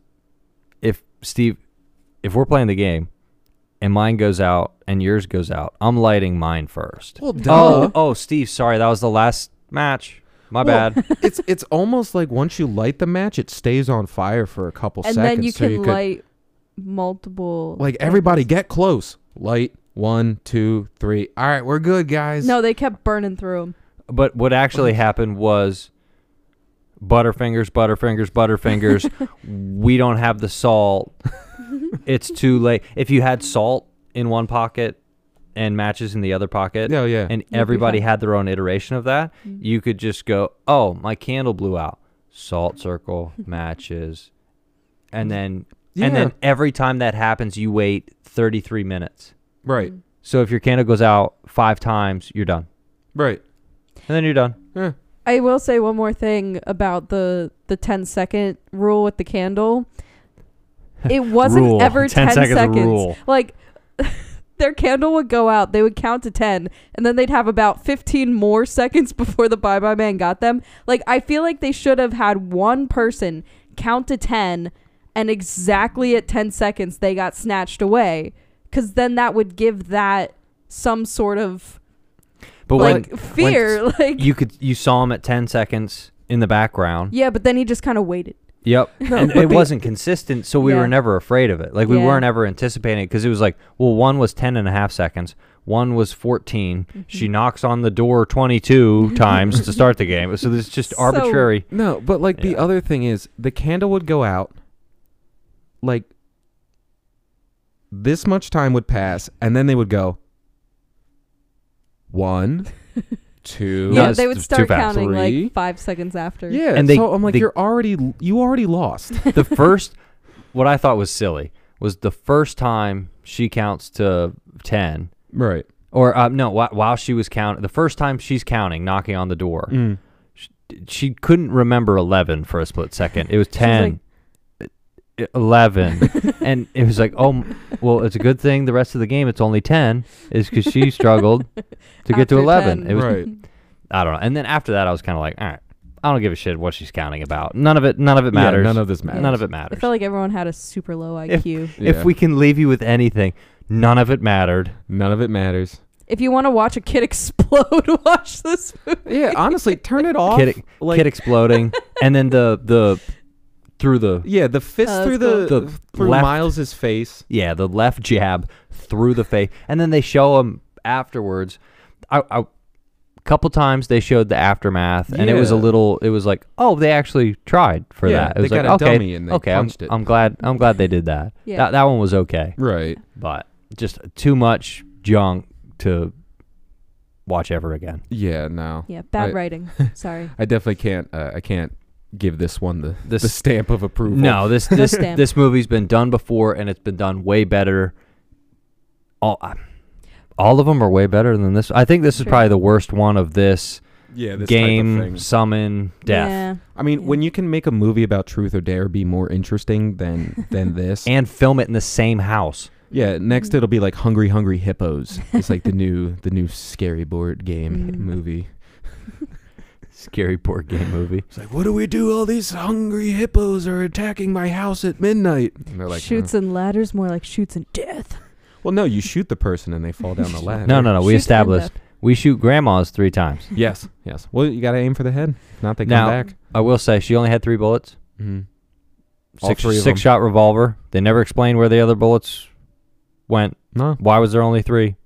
Speaker 2: if steve if we're playing the game and mine goes out and yours goes out i'm lighting mine first
Speaker 1: well, duh.
Speaker 2: oh oh steve sorry that was the last match my
Speaker 1: Well, [laughs]
Speaker 2: bad
Speaker 1: it's it's almost like once you light the match, it stays on fire for a couple
Speaker 3: and
Speaker 1: seconds.
Speaker 3: then you
Speaker 1: so
Speaker 3: can
Speaker 1: you could,
Speaker 3: light multiple.
Speaker 1: like everybody get close. Light one, two, three. All right, we're good, guys.
Speaker 3: No, they kept burning through them.
Speaker 2: but what actually happened was butterfingers
Speaker 1: [laughs]
Speaker 2: butterfingers butterfingers we don't have the salt it's too late if you had salt in one pocket and matches in the other pocket
Speaker 1: Yeah, yeah.
Speaker 2: [laughs] and
Speaker 3: be
Speaker 2: everybody
Speaker 3: fine. Mm-hmm.
Speaker 2: had their own iteration of that, you could just go, oh, my candle blew out.
Speaker 3: [laughs]
Speaker 2: Salt circle matches. And then and
Speaker 1: Yeah.
Speaker 2: then every time that happens, you wait 33 minutes.
Speaker 1: right,
Speaker 2: So if your candle goes out 5 times, you're done.
Speaker 1: right.
Speaker 2: And then you're done.
Speaker 1: Yeah.
Speaker 3: I will say one more thing about the the 10 second rule with
Speaker 1: [laughs]
Speaker 3: the candle. It wasn't
Speaker 2: Rule. [laughs]
Speaker 3: ever 10,
Speaker 2: 10 seconds
Speaker 3: seconds.
Speaker 2: rule.
Speaker 3: Like [laughs] their candle would go out, they would count to 10, and then they'd have about 15 more [laughs] seconds before the bye bye man got them. Like I feel like they should have had one person count to 10 and exactly at 10 seconds they got snatched away cuz then that would give that some sort of
Speaker 2: But
Speaker 3: like
Speaker 2: when
Speaker 3: fear [laughs] like
Speaker 2: you could you saw him at 10 seconds in the background.
Speaker 3: yeah, but then he just kind of waited. [laughs]
Speaker 2: Yep. and
Speaker 1: but
Speaker 2: it
Speaker 1: the-
Speaker 2: wasn't consistent, so we
Speaker 3: Yeah.
Speaker 2: were never afraid of it. Like we
Speaker 3: Yeah.
Speaker 2: weren't ever anticipating it because it was like, well, one was 10 and a half seconds, one was 14.
Speaker 3: Mm-hmm.
Speaker 2: She knocks on the door
Speaker 3: [laughs]
Speaker 2: 22 times to start the game. So this is just
Speaker 3: So- [laughs]
Speaker 2: arbitrary.
Speaker 1: No, but like the
Speaker 2: Yeah.
Speaker 1: other thing is the candle would go out like this much time would pass and then they would go
Speaker 2: [laughs]
Speaker 1: one, two,
Speaker 3: yeah,
Speaker 2: No, it's-
Speaker 3: they would
Speaker 2: it's
Speaker 3: start
Speaker 2: too fast.
Speaker 3: counting
Speaker 1: Three.
Speaker 3: like five seconds after. [laughs]
Speaker 1: Yeah,
Speaker 2: And they-
Speaker 1: so I'm like
Speaker 2: they-
Speaker 1: you're already you already lost.
Speaker 2: the first, what I thought was silly was the first time she counts to 10,
Speaker 1: right.
Speaker 2: or uh, no, wh- while she was counting, the first time she's counting, knocking on the door,
Speaker 3: Mm.
Speaker 1: Mm.
Speaker 2: sh- she couldn't remember 11 for a split second. It was 10, e- 11. and it was like, oh, m- well, it's a good thing the rest of the game it's only 10 is because she struggled to get
Speaker 3: After
Speaker 2: to 11.
Speaker 3: 10.
Speaker 2: It was,
Speaker 1: right.
Speaker 2: I don't know. And then after that, I was kind of like, all right, I don't give a shit what she's counting about. None of it, none of it matters.
Speaker 1: Yeah, none of this matters.
Speaker 2: None of it
Speaker 3: I
Speaker 2: matters.
Speaker 3: felt like everyone had a super low IQ. If,
Speaker 2: if
Speaker 1: Yeah.
Speaker 2: we can leave you with anything, none of it mattered.
Speaker 1: none of it
Speaker 2: [laughs]
Speaker 1: matters.
Speaker 3: you want to watch a kid [laughs] explode, watch this movie.
Speaker 1: Yeah, honestly, turn it off.
Speaker 2: Kid,
Speaker 1: like [laughs]
Speaker 2: kid exploding, and then the the through the
Speaker 1: yeah, the fist
Speaker 3: Oh,
Speaker 1: through the,
Speaker 3: that's
Speaker 2: cool. The
Speaker 1: through
Speaker 2: left-
Speaker 1: Miles's face.
Speaker 2: Yeah, the left jab through the face, and then they show him afterwards. I, I couple times they showed the aftermath, and it was a
Speaker 1: Yeah.
Speaker 2: little. It was like, oh, they actually tried for
Speaker 1: Yeah,
Speaker 2: that. It was
Speaker 1: they
Speaker 2: like,
Speaker 1: got a
Speaker 2: okay,
Speaker 1: dummy and they
Speaker 2: okay, I'm,
Speaker 1: punched it.
Speaker 2: I'm glad. I'm glad they did that.
Speaker 3: Yeah.
Speaker 2: That that one was okay,
Speaker 1: Right.
Speaker 2: but just too much junk to watch ever again.
Speaker 1: Yeah, no.
Speaker 3: Yeah, bad
Speaker 1: I-
Speaker 2: [laughs]
Speaker 3: writing. Sorry.
Speaker 1: I definitely can't. Uh, I can't give this one the,
Speaker 2: This-
Speaker 1: the stamp of approval.
Speaker 2: No, this this
Speaker 3: stamp.
Speaker 2: this movie's been done before, and it's been done way better. All uh, all of them are way better than this. I think this is
Speaker 3: Sure.
Speaker 2: probably the worst one of this.
Speaker 1: yeah,
Speaker 2: game summon death
Speaker 3: Yeah.
Speaker 1: I mean,
Speaker 3: Yeah.
Speaker 1: when you can make a movie about truth or dare be more interesting than
Speaker 2: [laughs]
Speaker 1: than this,
Speaker 2: and film it in the same house.
Speaker 1: yeah. Next, it'll be like Hungry Hungry Hippos. It's like the new [laughs] the new scary board game
Speaker 3: Mm.
Speaker 1: movie.
Speaker 2: Scary board game movie.
Speaker 4: It's like, what do we do? All these hungry hippos are attacking my house at midnight.
Speaker 1: And they're like,
Speaker 2: uh,
Speaker 3: shoots and ladders, more like shoots and death.
Speaker 1: "Huh." Well, no, you shoot the person and they fall [laughs] down the ladder.
Speaker 2: [laughs] No, no, no. We
Speaker 3: Shoots and
Speaker 2: established
Speaker 3: death.
Speaker 2: We shoot grandmas three times.
Speaker 1: Yes, yes. Well, you got to aim for the head. If not, they come
Speaker 2: Now-
Speaker 1: back.
Speaker 2: I will say she only had three bullets.
Speaker 1: Mhm. All
Speaker 2: Six,
Speaker 1: three of
Speaker 2: six
Speaker 1: them.
Speaker 2: shot revolver. They never explained where the other bullets went.
Speaker 1: No.
Speaker 2: Why was there only three?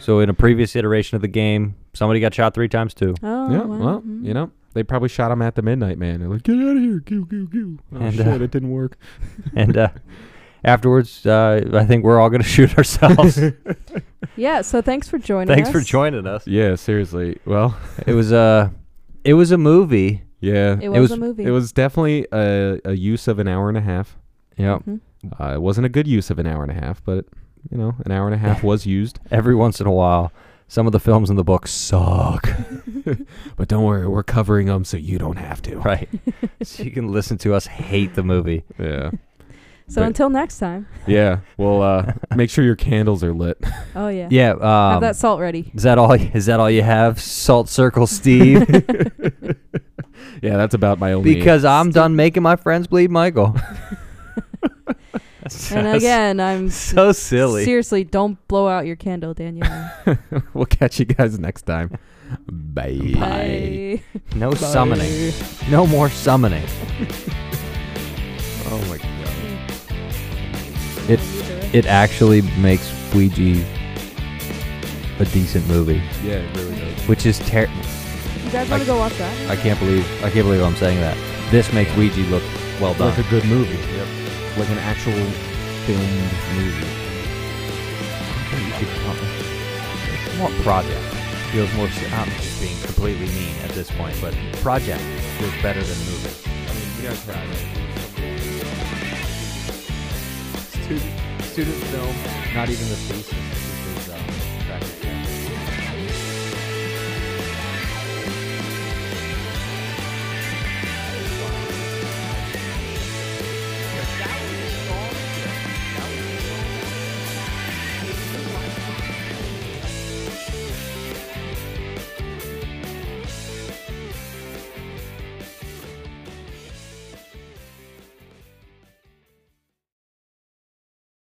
Speaker 2: so in a previous iteration of the game, somebody got shot three times too.
Speaker 3: Oh,
Speaker 1: yeah,
Speaker 3: wow.
Speaker 1: well,
Speaker 3: Mhm.
Speaker 1: you know, they probably shot him at the Midnight Man. They're like, get out of here, go, go, go. Oh,
Speaker 2: And,
Speaker 1: shit,
Speaker 2: uh,
Speaker 1: it didn't work.
Speaker 2: And uh, afterwards, uh, I think we're all gonna [laughs] shoot ourselves.
Speaker 3: Yeah. So thanks for joining.
Speaker 2: Thanks for
Speaker 3: us.
Speaker 2: joining us.
Speaker 1: Yeah, seriously. Well,
Speaker 2: It was a, it was a movie.
Speaker 1: yeah.
Speaker 3: It
Speaker 1: It,
Speaker 3: was,
Speaker 2: was-
Speaker 3: a movie.
Speaker 1: was definitely a, a use of an hour and a half.
Speaker 2: Yep.
Speaker 3: Mhm.
Speaker 1: Uh, it wasn't a good use of an hour and a half, but, you know, an hour and a [laughs] half was used.
Speaker 2: Every once in a while, some of the films in the book suck.
Speaker 1: But don't worry, we're covering them so you don't have to.
Speaker 2: [laughs] Right. so you can listen to us hate the movie.
Speaker 1: [laughs] Yeah.
Speaker 3: So
Speaker 1: Right.
Speaker 3: until next time.
Speaker 1: Yeah. Well, uh, make sure your candles are lit. [laughs]
Speaker 3: Oh yeah.
Speaker 2: Yeah.
Speaker 3: Have
Speaker 2: Um,
Speaker 3: that salt
Speaker 2: [laughs]
Speaker 3: ready.
Speaker 2: is that all? Is that all you have? Salt Circle [laughs] Steve.
Speaker 1: Yeah, that's about my only.
Speaker 2: because I'm done making my friends bleed, Michael. That's
Speaker 3: And
Speaker 2: so-
Speaker 3: again, I'm
Speaker 2: [laughs] [laughs] so silly.
Speaker 3: Seriously, don't blow out your candle,
Speaker 2: [laughs]
Speaker 3: Danielle.
Speaker 1: [laughs] we'll catch you guys next time. Bye.
Speaker 3: [laughs] Bye.
Speaker 2: no summoning. No more
Speaker 3: [laughs]
Speaker 2: summoning. oh my god. It it actually makes Ouija a decent movie,
Speaker 1: Yeah, it really does.
Speaker 2: which is ter-
Speaker 3: You guys want to go watch that?
Speaker 2: I can't believe I can't believe I'm saying that. This makes Ouija look well done.
Speaker 1: Like a good movie. Yep. Like an actual filmed movie.
Speaker 2: What project feels more? se- I'm just being completely mean at this point, but project feels better than movie. Student, student film, not even the thesis. um,